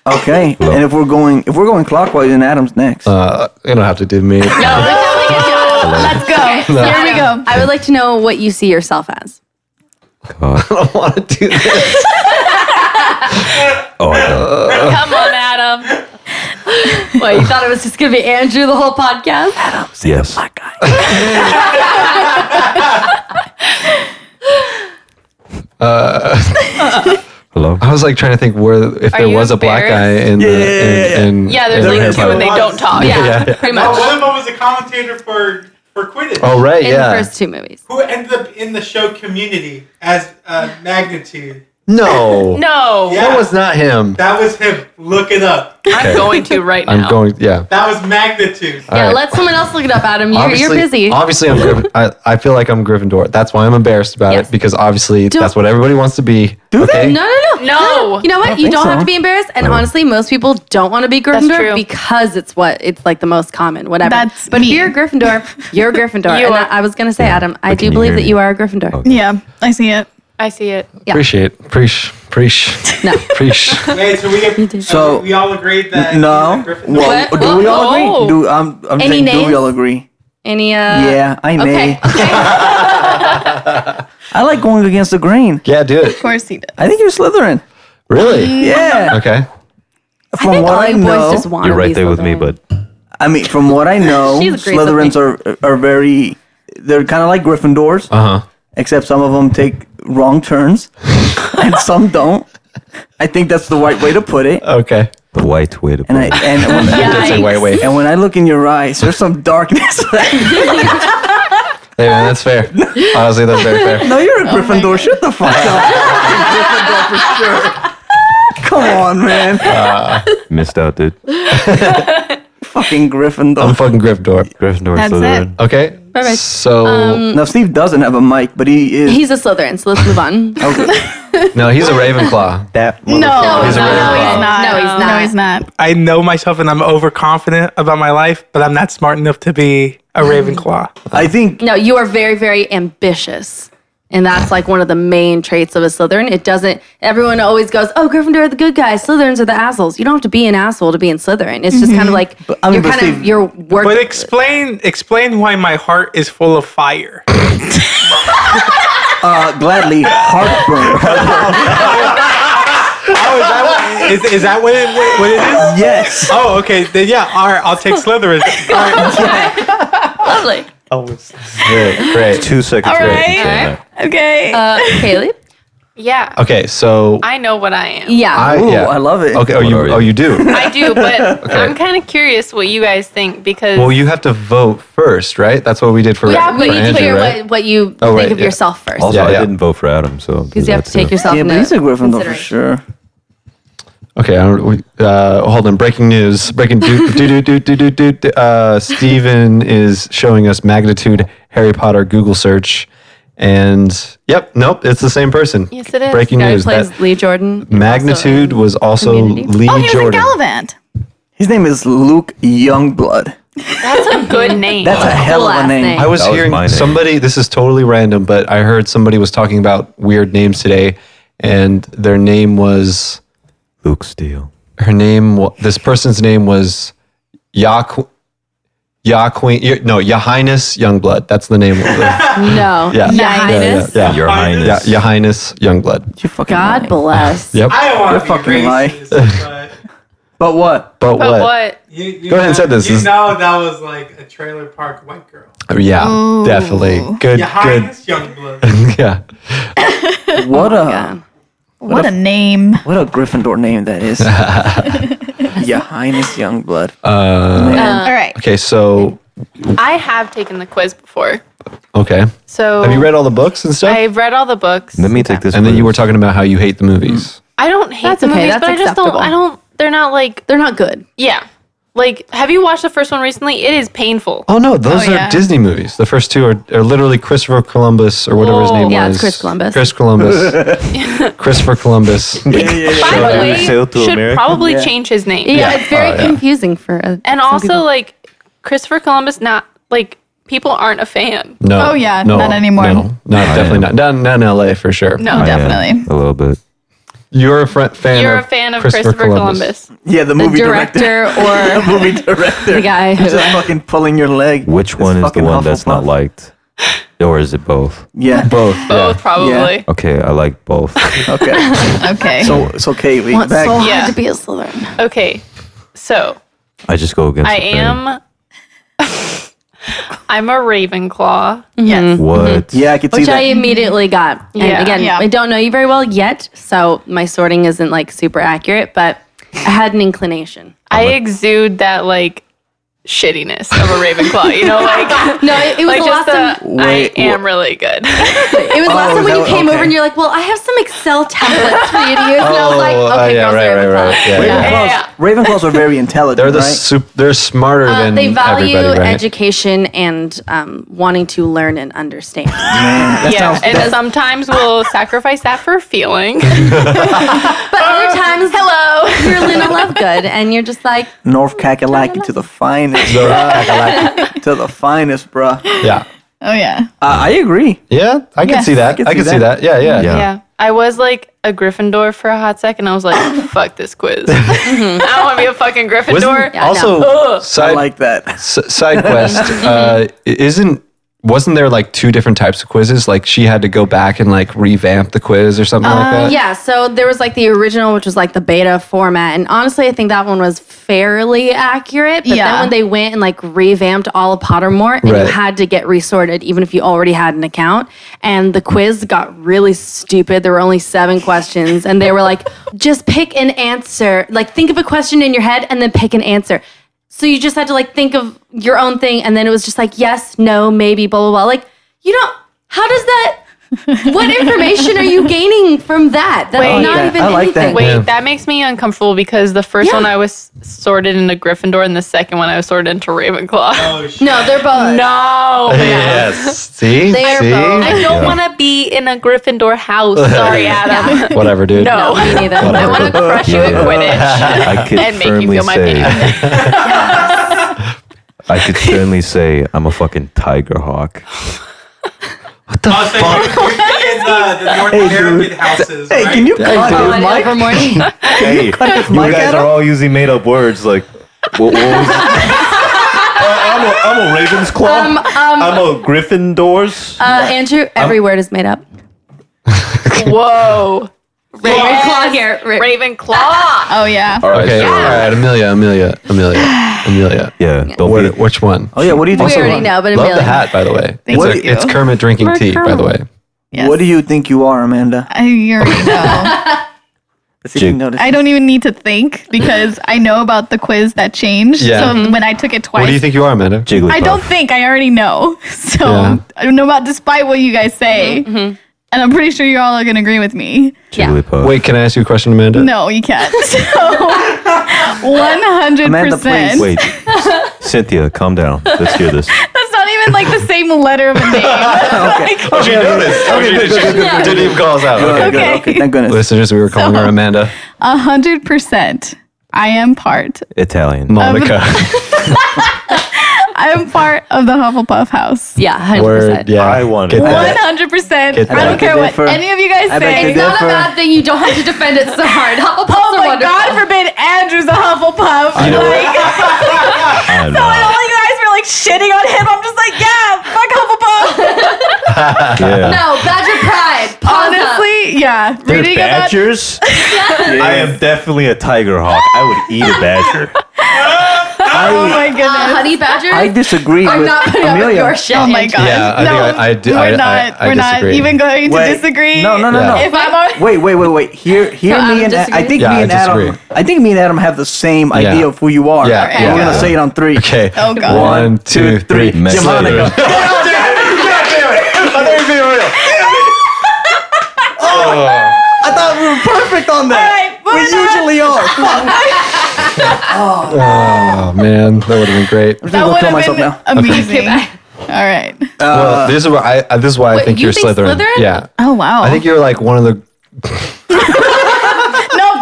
Speaker 3: Okay. And if we're going if we're going clockwise, then Adam's next.
Speaker 1: Uh, you don't have to do me.
Speaker 4: "Oh,
Speaker 7: Let's (laughs) go. Here we go.
Speaker 5: I would like to know what you see yourself as.
Speaker 10: God.
Speaker 1: (laughs) I want to do this.
Speaker 10: Oh, God.
Speaker 4: Come on, Adam.
Speaker 5: What, you thought it was just going to be Andrew the whole
Speaker 10: (laughs)
Speaker 5: podcast?
Speaker 10: yes. Hello.
Speaker 1: I was like trying to think where if
Speaker 4: Are
Speaker 1: there
Speaker 4: you
Speaker 1: was a black guy in
Speaker 4: embarrassed?
Speaker 3: Yeah,
Speaker 1: the
Speaker 3: yeah, yeah, yeah.
Speaker 1: in, in,
Speaker 4: Yeah, there's
Speaker 1: in
Speaker 4: like
Speaker 1: Harry
Speaker 4: two
Speaker 1: Potter.
Speaker 4: and they don't talk.
Speaker 5: Yeah,
Speaker 4: Yeah,
Speaker 1: yeah.
Speaker 4: pretty
Speaker 11: Oh,
Speaker 4: much.
Speaker 11: Wilma was a commentator for for Quidditch,
Speaker 1: Oh right,
Speaker 5: In
Speaker 1: yeah.
Speaker 5: the first two movies.
Speaker 11: who ended up in the show Community as uh, Magnitude.
Speaker 1: no,
Speaker 4: (laughs) No,
Speaker 11: Yeah.
Speaker 1: that was not him.
Speaker 11: That was him. Look it up.
Speaker 4: I'm going to right now.
Speaker 1: I'm going. Yeah,
Speaker 11: That was Magnitude.
Speaker 1: All
Speaker 5: yeah,
Speaker 1: right.
Speaker 5: let someone else look it up, Adam. You're, you're
Speaker 1: obviously,
Speaker 5: busy.
Speaker 1: Obviously, I'm. Griffin, I, I feel like I'm Gryffindor. That's why I'm embarrassed about
Speaker 5: Yes.
Speaker 1: it because obviously
Speaker 5: Don't-
Speaker 1: that's what everybody wants to be. Do okay?
Speaker 5: No, no, no.
Speaker 4: No.
Speaker 5: You know what?
Speaker 3: don't
Speaker 5: you
Speaker 3: think
Speaker 5: don't
Speaker 3: so.
Speaker 5: have to be embarrassed. And honestly, most people don't want to be Gryffindor
Speaker 4: true.
Speaker 5: because it's what it's like the most common. Whatever.
Speaker 7: That's
Speaker 5: but
Speaker 7: me.
Speaker 5: if you're a Gryffindor, you're a Gryffindor.
Speaker 4: You
Speaker 5: and
Speaker 4: are.
Speaker 5: I, I was gonna say, Adam, I
Speaker 10: But
Speaker 5: do
Speaker 10: can you
Speaker 5: believe
Speaker 10: hear
Speaker 5: that
Speaker 10: me?
Speaker 5: you are a Gryffindor.
Speaker 7: Yeah, I see it.
Speaker 4: I see it.
Speaker 5: Yeah.
Speaker 1: Appreciate, preach, preach,
Speaker 5: No. (laughs)
Speaker 1: preach.
Speaker 11: Wait, so we
Speaker 3: So-
Speaker 11: we all agreed that he
Speaker 3: no.
Speaker 11: was a Gryffindor?
Speaker 3: Well,
Speaker 5: What?
Speaker 3: do we all
Speaker 4: Oh.
Speaker 3: agree? Do I'm I'm
Speaker 5: Any
Speaker 3: saying do
Speaker 5: names?
Speaker 3: we all agree?
Speaker 5: Any uh
Speaker 3: yeah, I
Speaker 5: Okay.
Speaker 3: (laughs) may. I like going against the grain.
Speaker 1: Yeah, do it.
Speaker 7: Of course he does.
Speaker 3: I think you're Slytherin.
Speaker 5: Oh
Speaker 1: Really?
Speaker 3: Yeah.
Speaker 1: Okay.
Speaker 5: I
Speaker 3: From
Speaker 5: think
Speaker 3: what
Speaker 5: all
Speaker 3: I
Speaker 5: you
Speaker 3: know,
Speaker 5: boys just want
Speaker 10: You're
Speaker 5: to be
Speaker 10: right there with me,
Speaker 5: Slytherin.
Speaker 10: but
Speaker 3: I mean, from what I know,
Speaker 5: (laughs) She's agrees with
Speaker 3: Slytherins are are very. They're kind of like Gryffindors,
Speaker 1: Uh huh.
Speaker 3: except some of them take wrong turns, (laughs) and some don't. I think that's the right way to put it.
Speaker 1: Okay.
Speaker 10: the white way to put
Speaker 3: And I
Speaker 10: it.
Speaker 3: and when,
Speaker 1: That's a white way.
Speaker 3: and when I look in your eyes, there's some darkness. (laughs)
Speaker 1: Hey man, that's fair. Honestly, that's very
Speaker 5: (laughs)
Speaker 1: fair.
Speaker 3: no,
Speaker 5: Oh
Speaker 3: you're a Gryffindor. Shut the fuck up. You're a Gryffindor for sure. Come on, man.
Speaker 1: Uh,
Speaker 10: Missed out, dude.
Speaker 3: Fucking
Speaker 1: I'm
Speaker 3: Gryffindor.
Speaker 1: fucking Gryffindor.
Speaker 10: Gryffindor,
Speaker 7: That's
Speaker 10: Slytherin.
Speaker 1: Okay.
Speaker 5: Perfect.
Speaker 1: So
Speaker 5: Um,
Speaker 3: now Steve doesn't have a mic, but he is.
Speaker 5: He's a Slytherin, so let's move on.
Speaker 10: (laughs)
Speaker 5: no,
Speaker 1: no, he's a Ravenclaw.
Speaker 10: That
Speaker 7: No, no,
Speaker 1: He's a
Speaker 10: Oh,
Speaker 1: no, Ravenclaw. he's
Speaker 7: not.
Speaker 5: No, he's not.
Speaker 7: No, he's not.
Speaker 8: I know myself and I'm overconfident about my life, but I'm not smart enough to be a Ravenclaw.
Speaker 11: (laughs)
Speaker 3: I think
Speaker 5: No, you are very, very ambitious. And that's like one of the main traits of a Slytherin. It doesn't, everyone always goes, oh, Gryffindor are the good guys, Slytherins are the assholes. You don't have to be an asshole to be in Slytherin. It's just kind of like,
Speaker 3: I mean, Mm-hmm.
Speaker 5: you're
Speaker 3: but
Speaker 5: kind of,
Speaker 3: Steve-
Speaker 5: you're work-
Speaker 8: But explain explain why my heart is full of fire.
Speaker 11: Oh,
Speaker 3: uh, gladly heartburn.
Speaker 1: (laughs)
Speaker 8: Oh, is that what, is, is that what it, what it is?
Speaker 3: Yes.
Speaker 8: Oh, okay. Then yeah, all right, I'll take
Speaker 11: (laughs)
Speaker 8: Slytherin. All right.
Speaker 5: lovely.
Speaker 1: Great. Great.
Speaker 10: Two seconds
Speaker 7: All
Speaker 10: late.
Speaker 7: right.
Speaker 10: Yeah.
Speaker 7: Okay.
Speaker 5: Uh, Caleb?
Speaker 4: Yeah,
Speaker 1: Okay. So
Speaker 4: I know what I am.
Speaker 5: Yeah.
Speaker 1: I
Speaker 3: Ooh,
Speaker 1: yeah.
Speaker 3: I love it.
Speaker 1: Okay. Oh,
Speaker 10: What
Speaker 1: you,
Speaker 10: are you?
Speaker 1: oh, you do.
Speaker 4: I do, but I'm kind of curious what you guys think because
Speaker 1: Well, you have to vote first, right? That's what we did for.
Speaker 5: yeah,
Speaker 1: for
Speaker 5: we need to
Speaker 1: Andrew,
Speaker 5: hear
Speaker 1: right?
Speaker 5: what, what you
Speaker 1: Oh,
Speaker 5: think
Speaker 1: right,
Speaker 5: of
Speaker 1: yeah.
Speaker 5: yourself first.
Speaker 10: Also,
Speaker 1: Yeah,
Speaker 10: I
Speaker 1: yeah.
Speaker 10: didn't vote for Adam, so
Speaker 5: Because you have to take yourself
Speaker 3: Yeah, but
Speaker 5: into
Speaker 3: he's a Gryffindor for
Speaker 5: consideration.
Speaker 3: sure.
Speaker 1: Okay, I don't, we- uh, hold on. Breaking news. Breaking do do do do do do. do uh, Steven is showing us magnitude Harry Potter Google search, and yep, nope, it's the same person.
Speaker 4: Yes, it is.
Speaker 1: Breaking
Speaker 5: Guy who
Speaker 1: news.
Speaker 5: plays
Speaker 1: That
Speaker 5: Lee Jordan.
Speaker 1: magnitude
Speaker 5: also in-
Speaker 1: was also
Speaker 5: Community.
Speaker 1: Lee
Speaker 7: oh, he was in
Speaker 1: Jordan.
Speaker 7: Gallivant.
Speaker 3: His name is Luke Youngblood.
Speaker 4: that's a good name.
Speaker 3: That's a hell of
Speaker 5: last
Speaker 3: a name.
Speaker 5: name.
Speaker 1: I was
Speaker 10: That was
Speaker 1: hearing
Speaker 10: my name.
Speaker 1: somebody. This is totally random, but I heard somebody was talking about weird names today, and their name was
Speaker 10: Luke Steele.
Speaker 1: her name. wa- This person's name was Ya Qu- Ya Queen. y- No, Ya Highness Youngblood. That's the name. Of the,
Speaker 5: No.
Speaker 1: Yeah.
Speaker 5: Your
Speaker 7: Yeah, yeah,
Speaker 5: Highness.
Speaker 1: yeah, yeah,
Speaker 10: Your
Speaker 11: Highness.
Speaker 1: yeah,
Speaker 10: Highness.
Speaker 1: Your Highness Youngblood.
Speaker 3: You fucking
Speaker 5: God
Speaker 3: lying.
Speaker 5: bless.
Speaker 1: Yep.
Speaker 11: I don't
Speaker 3: You're
Speaker 11: want to be
Speaker 3: fucking
Speaker 11: racist, but
Speaker 3: But
Speaker 5: (laughs)
Speaker 3: what?
Speaker 1: But,
Speaker 4: but
Speaker 1: what?
Speaker 4: what?
Speaker 11: you, you
Speaker 1: (laughs) Go ahead
Speaker 11: know,
Speaker 1: and say this.
Speaker 11: You
Speaker 1: This-
Speaker 11: know that was like a trailer park white girl.
Speaker 1: Yeah, definitely. Good.
Speaker 11: Your
Speaker 1: Good.
Speaker 11: Highness Youngblood.
Speaker 1: (laughs) Yeah.
Speaker 5: Oh
Speaker 3: What a
Speaker 7: What a name. (laughs)
Speaker 3: what a Gryffindor name that
Speaker 5: (laughs)
Speaker 3: is. Your Highness Youngblood.
Speaker 10: Uh,
Speaker 3: Uh, Man.
Speaker 7: All right.
Speaker 1: Okay. So.
Speaker 4: I have taken the quiz before,
Speaker 1: Okay.
Speaker 4: so
Speaker 1: Have you read all the books and stuff?
Speaker 4: I've read all the books.
Speaker 10: Let me take this.
Speaker 1: and then
Speaker 10: with
Speaker 1: you were
Speaker 10: us.
Speaker 1: talking about how you hate the movies.
Speaker 4: I don't hate
Speaker 5: That's
Speaker 4: the
Speaker 5: okay,
Speaker 4: movies,
Speaker 5: that's
Speaker 4: but I just
Speaker 5: acceptable.
Speaker 4: don't. I don't. They're not like
Speaker 5: They're not good.
Speaker 4: yeah. Like, have you watched the first one recently? It is painful.
Speaker 1: Oh no, those
Speaker 7: Oh,
Speaker 1: are
Speaker 7: yeah.
Speaker 1: Disney movies. The first two are, are literally Christopher Columbus or whatever his
Speaker 4: Oh.
Speaker 1: name
Speaker 5: Yeah,
Speaker 1: was.
Speaker 5: it's Chris Columbus.
Speaker 1: Chris Columbus. Christopher Columbus.
Speaker 4: By the
Speaker 10: Should
Speaker 4: way,
Speaker 10: we sail to
Speaker 4: should
Speaker 10: America?
Speaker 4: probably change his name.
Speaker 5: Yeah, it's
Speaker 1: Oh,
Speaker 5: very confusing for. Uh,
Speaker 4: And
Speaker 5: some
Speaker 4: also,
Speaker 5: people.
Speaker 4: like Christopher Columbus, not like people aren't a fan.
Speaker 1: No.
Speaker 7: Oh, yeah,
Speaker 1: no,
Speaker 7: not anymore.
Speaker 1: No, not, definitely not. Not, not in LA for sure.
Speaker 4: No,
Speaker 10: I oh. am,
Speaker 7: Oh, Definitely.
Speaker 10: A little bit.
Speaker 1: You're a fr- fan.
Speaker 4: You're a
Speaker 1: of
Speaker 4: fan of Christopher, Columbus.
Speaker 3: Yeah, the
Speaker 5: The
Speaker 3: movie director. (laughs)
Speaker 5: director or
Speaker 3: movie director.
Speaker 5: (laughs) the guy who.
Speaker 3: Just fucking pulling your leg.
Speaker 10: (laughs) Which
Speaker 3: It's
Speaker 10: one is the
Speaker 3: fucking
Speaker 10: one that's not
Speaker 3: Hufflepuff.
Speaker 10: liked? Or is it both?
Speaker 3: Yeah.
Speaker 1: Both.
Speaker 4: Both probably.
Speaker 10: Okay, I like both.
Speaker 3: Okay.
Speaker 7: Okay.
Speaker 3: so so Kate, we
Speaker 5: wants so
Speaker 3: back.
Speaker 5: hard
Speaker 4: Yeah.
Speaker 5: to be a Slytherin.
Speaker 4: Okay, so
Speaker 10: I just go against.
Speaker 4: I
Speaker 10: the grain.
Speaker 4: am. (laughs) I'm a Ravenclaw.
Speaker 7: Yes.
Speaker 10: (laughs) What?
Speaker 3: Yeah, I could see
Speaker 5: Which
Speaker 3: that.
Speaker 5: I immediately got. And
Speaker 4: Yeah.
Speaker 5: again,
Speaker 7: Yeah.
Speaker 5: I don't know you very well yet, so my sorting isn't like super accurate, but I had an inclination.
Speaker 4: I exude that like shittiness of a Ravenclaw. You know, like
Speaker 5: No, it, it was
Speaker 4: like
Speaker 5: the last
Speaker 4: just
Speaker 5: time.
Speaker 4: the I
Speaker 3: Wait,
Speaker 4: am really good. (laughs)
Speaker 5: It was the last
Speaker 3: Oh,
Speaker 5: time when
Speaker 3: that
Speaker 5: you
Speaker 3: was-
Speaker 5: came
Speaker 3: okay.
Speaker 5: over and you're like, "Well, I have some Excel templates for you to use," and I was like,
Speaker 1: Oh, uh,
Speaker 5: "Okay,
Speaker 1: yeah,
Speaker 5: girls
Speaker 1: right,
Speaker 5: are
Speaker 1: right,
Speaker 5: in the
Speaker 1: right.
Speaker 5: class."
Speaker 1: Yeah, yeah.
Speaker 4: Yeah, yeah, yeah.
Speaker 3: Ravenclaws are very intelligent.
Speaker 1: They're the
Speaker 3: right?
Speaker 1: sup- They're smarter
Speaker 5: Uh,
Speaker 1: than
Speaker 5: they value
Speaker 1: everybody, right?
Speaker 5: education and um, wanting to learn and
Speaker 4: (laughs)
Speaker 5: understand.
Speaker 3: That
Speaker 4: yeah.
Speaker 3: sounds-
Speaker 4: And
Speaker 3: that-
Speaker 4: sometimes we'll sacrifice that for feeling.
Speaker 5: But other times, hello, you're Lena Lovegood, and you're just like,
Speaker 3: North Kakalaki to the finest,
Speaker 1: North
Speaker 3: bruh. (laughs) to the finest, bruh. Uh,
Speaker 1: yeah.
Speaker 7: Oh yeah.
Speaker 3: I agree.
Speaker 1: Yeah, I can
Speaker 7: Yes.
Speaker 1: see that. I can, see, that. Yeah, yeah,
Speaker 10: Yeah.
Speaker 4: Yeah. I was like a Gryffindor for a hot second. I was like, fuck this quiz. I don't want to be a fucking Gryffindor.
Speaker 1: Wasn't, also,
Speaker 3: I
Speaker 1: side,
Speaker 3: like that.
Speaker 1: s- side quest uh, isn't wasn't there like two different types of quizzes? Like she had to go back and like revamp the quiz or something like that.
Speaker 5: Uh, yeah. So there was like the original, which was like the beta format, and honestly, I think that one was fairly accurate. But
Speaker 7: Yeah.
Speaker 5: then when they went and like revamped all of Pottermore, and
Speaker 1: Right.
Speaker 5: you had to get resorted, even if you already had an account, and the quiz got really stupid. There were only seven questions, and they were like, (laughs) just pick an answer. Like think of a question in your head, and then pick an answer. So you just had to like think of your own thing, and then it was just like yes, no, maybe, blah blah blah. Like you don't. How does that? what information are you gaining from that? That's
Speaker 4: Wait.
Speaker 5: not
Speaker 3: Yeah,
Speaker 5: even
Speaker 3: I like that.
Speaker 5: anything.
Speaker 4: Wait, that makes me uncomfortable because the first
Speaker 5: Yeah.
Speaker 4: one I was sorted into Gryffindor and the second one I was sorted into Ravenclaw.
Speaker 11: Oh, shit.
Speaker 5: No, they're both.
Speaker 4: (laughs) No.
Speaker 1: Yes. see,
Speaker 5: They're
Speaker 1: see,
Speaker 5: both-
Speaker 4: I don't want to be in a Gryffindor house. Sorry, Adam.
Speaker 1: whatever, dude.
Speaker 4: No.
Speaker 5: Me neither.
Speaker 4: I
Speaker 10: Whatever.
Speaker 4: want to crush you at
Speaker 10: Yeah.
Speaker 4: Quidditch.
Speaker 10: (laughs) I could
Speaker 4: And make you
Speaker 10: firmly
Speaker 4: feel my
Speaker 10: say.
Speaker 4: pain.
Speaker 10: (laughs) I could firmly say I'm a fucking tiger hawk.
Speaker 11: Also, you're, you're in the, the North American houses.
Speaker 3: Hey,
Speaker 11: right?
Speaker 3: can you cut
Speaker 5: Oh,
Speaker 3: his
Speaker 5: I did
Speaker 3: mic?
Speaker 5: it for morning.
Speaker 10: Hey, you
Speaker 3: mic at
Speaker 10: guys are
Speaker 3: him?
Speaker 10: all using made up words like. What, what was Uh, I'm, a, I'm a Ravensclaw.
Speaker 5: Um, um,
Speaker 10: I'm a Gryffindors.
Speaker 5: uh, Andrew, every word is made up.
Speaker 4: Whoa.
Speaker 5: Ravenclaw here. Ra-
Speaker 4: Ravenclaw.
Speaker 5: (laughs)
Speaker 7: Oh yeah.
Speaker 10: all right,
Speaker 1: Okay.
Speaker 10: so-
Speaker 1: All right, Amelia, Amelia, Amelia, Amelia.
Speaker 10: yeah. Don't
Speaker 1: What-
Speaker 10: be,
Speaker 1: which one?
Speaker 3: Oh yeah, what do you
Speaker 5: we
Speaker 3: think?
Speaker 5: already
Speaker 3: you are?
Speaker 5: know, but
Speaker 1: Love
Speaker 5: Amelia.
Speaker 1: the hat, by the way. It's,
Speaker 7: Thank
Speaker 1: a-
Speaker 7: you.
Speaker 1: it's Kermit drinking tea, by the way.
Speaker 7: Yes.
Speaker 3: What do you think you are, Amanda?
Speaker 7: I already know.
Speaker 3: Let's see if you
Speaker 10: Jig-
Speaker 3: notice.
Speaker 7: I don't even need to think because I know about the quiz that changed.
Speaker 1: Yeah.
Speaker 7: So when I took it twice,
Speaker 1: What do you think you are, Amanda?
Speaker 10: Jigglypuff.
Speaker 7: I don't think I already know. (laughs) So
Speaker 1: Yeah.
Speaker 7: I don't know about despite what you guys say.
Speaker 5: Mm-hmm,
Speaker 7: And I'm pretty sure you all are going to agree with me.
Speaker 10: Jigglypuff.
Speaker 1: Wait, can I ask you a question, Amanda?
Speaker 7: No, you can't. (laughs) So 100%.
Speaker 3: Amanda, please.
Speaker 4: (laughs)
Speaker 10: Wait, Cynthia, calm down. Let's hear this.
Speaker 7: That's not even like the same letter of
Speaker 3: (laughs)
Speaker 7: a name.
Speaker 1: Oh, she noticed. Oh, she did. She didn't even call us out.
Speaker 3: Okay,
Speaker 1: Okay.
Speaker 3: good,
Speaker 7: Okay.
Speaker 3: okay,
Speaker 1: (laughs)
Speaker 3: thank goodness.
Speaker 1: Listeners, we were calling her Amanda.
Speaker 7: 100%. I am part.
Speaker 10: Italian.
Speaker 1: Monica.
Speaker 7: I am part of the Hufflepuff house.
Speaker 5: Yeah, hundred
Speaker 1: Word.
Speaker 5: percent.
Speaker 1: Yeah.
Speaker 10: I
Speaker 1: Get
Speaker 10: wanted
Speaker 1: that.
Speaker 10: that.
Speaker 7: 100%. I
Speaker 1: that.
Speaker 7: don't care what
Speaker 3: Differ.
Speaker 7: any of you guys
Speaker 3: I bet
Speaker 7: say.
Speaker 3: you
Speaker 5: It's not a
Speaker 3: Differ.
Speaker 5: bad thing. You don't have to defend it so hard. Hufflepuffs
Speaker 7: Oh
Speaker 5: are
Speaker 7: my
Speaker 5: wonderful.
Speaker 7: God forbid Andrew's a Hufflepuff.
Speaker 10: I know.
Speaker 7: Like, (laughs)
Speaker 10: I'm
Speaker 7: and
Speaker 10: not.
Speaker 7: all you guys were like shitting on him. I'm just like, yeah, fuck Hufflepuff.
Speaker 5: (laughs)
Speaker 10: Yeah.
Speaker 5: No, Badger Pride. Pause Honestly,
Speaker 7: Honestly, yeah. Reading about
Speaker 10: Badgers? I am definitely a tiger hawk. I would eat a badger.
Speaker 7: oh (laughs) my goodness.
Speaker 5: Uh, honey badgers
Speaker 3: I disagree
Speaker 5: are
Speaker 3: with
Speaker 5: not putting up with
Speaker 3: Amelia.
Speaker 5: your shit.
Speaker 7: Oh my god!
Speaker 1: Yeah, I
Speaker 7: no,
Speaker 1: think I- I di-
Speaker 7: we're
Speaker 1: I- I-
Speaker 7: not.
Speaker 1: I
Speaker 7: we're not
Speaker 1: disagree.
Speaker 7: even going to
Speaker 3: Wait.
Speaker 7: disagree.
Speaker 3: No, no, no,
Speaker 1: Yeah.
Speaker 3: no.
Speaker 7: If I'm on,
Speaker 3: Wait, wait, wait, wait. Hear, hear
Speaker 5: No, I
Speaker 3: me
Speaker 5: would
Speaker 3: and I
Speaker 5: disagree.
Speaker 3: think
Speaker 1: Yeah,
Speaker 3: me
Speaker 1: I
Speaker 3: and Adam.
Speaker 1: disagree.
Speaker 3: I think me and Adam have the same idea of who you are.
Speaker 1: Yeah,
Speaker 3: And
Speaker 1: yeah.
Speaker 3: We're gonna say it on three.
Speaker 1: Okay.
Speaker 7: Oh, God.
Speaker 1: One, two, three.
Speaker 10: Mexican.
Speaker 3: Monica. I thought we were perfect on that.
Speaker 7: All right, moving
Speaker 3: we
Speaker 7: on.
Speaker 3: usually are. Fuck.
Speaker 1: Oh, man. That would have been great.
Speaker 3: I'm
Speaker 7: that
Speaker 3: gonna go
Speaker 7: would
Speaker 3: kill
Speaker 7: have
Speaker 3: myself
Speaker 7: been
Speaker 3: now.
Speaker 7: amazing. All right.
Speaker 1: well, this is what I, I- this is why I
Speaker 5: wait,
Speaker 1: think
Speaker 5: you
Speaker 1: are
Speaker 5: think
Speaker 1: Slytherin.
Speaker 5: Slytherin?
Speaker 1: Yeah.
Speaker 7: Oh wow.
Speaker 1: I think you're like one of the.
Speaker 7: no,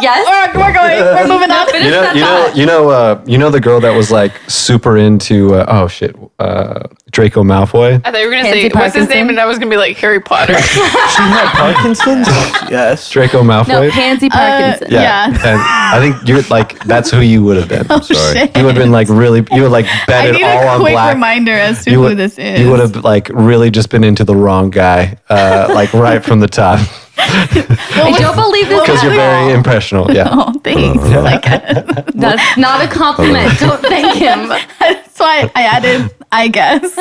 Speaker 5: yes.
Speaker 7: We're, we're going.
Speaker 1: (laughs)
Speaker 7: We're moving on.
Speaker 5: Finish
Speaker 1: You know,
Speaker 5: that
Speaker 1: you know,
Speaker 5: thought.
Speaker 1: you know, uh, you know the girl that was like super into uh, oh shit, uh, Draco Malfoy.
Speaker 4: I thought you were gonna say
Speaker 5: Pansy
Speaker 4: what's his name,
Speaker 5: Parkinson?
Speaker 4: and I was gonna be like Harry Potter.
Speaker 1: She had Parkinson's.
Speaker 3: (laughs) Yes.
Speaker 1: Draco
Speaker 5: No,
Speaker 1: Malfoy.
Speaker 5: Pansy Parkinson.
Speaker 7: yeah.
Speaker 1: And I think you're like that's who you would have been.
Speaker 7: (laughs) Oh,
Speaker 10: sorry.
Speaker 7: shit.
Speaker 1: You would have been like really. You would like
Speaker 7: I
Speaker 1: betted
Speaker 7: need
Speaker 1: all
Speaker 7: a
Speaker 1: on
Speaker 7: quick
Speaker 1: black.
Speaker 7: reminder as to
Speaker 1: you
Speaker 7: who this is.
Speaker 1: You would have like really just been into the wrong guy, uh, like right from the top,
Speaker 5: I don't believe this
Speaker 1: because
Speaker 5: at
Speaker 1: you're very
Speaker 5: all.
Speaker 1: impressionable. Yeah.
Speaker 7: Oh,
Speaker 1: (laughs)
Speaker 7: thanks. Like,
Speaker 5: That's not a compliment. don't thank him.
Speaker 7: that's why I added,
Speaker 5: (laughs)
Speaker 7: I guess.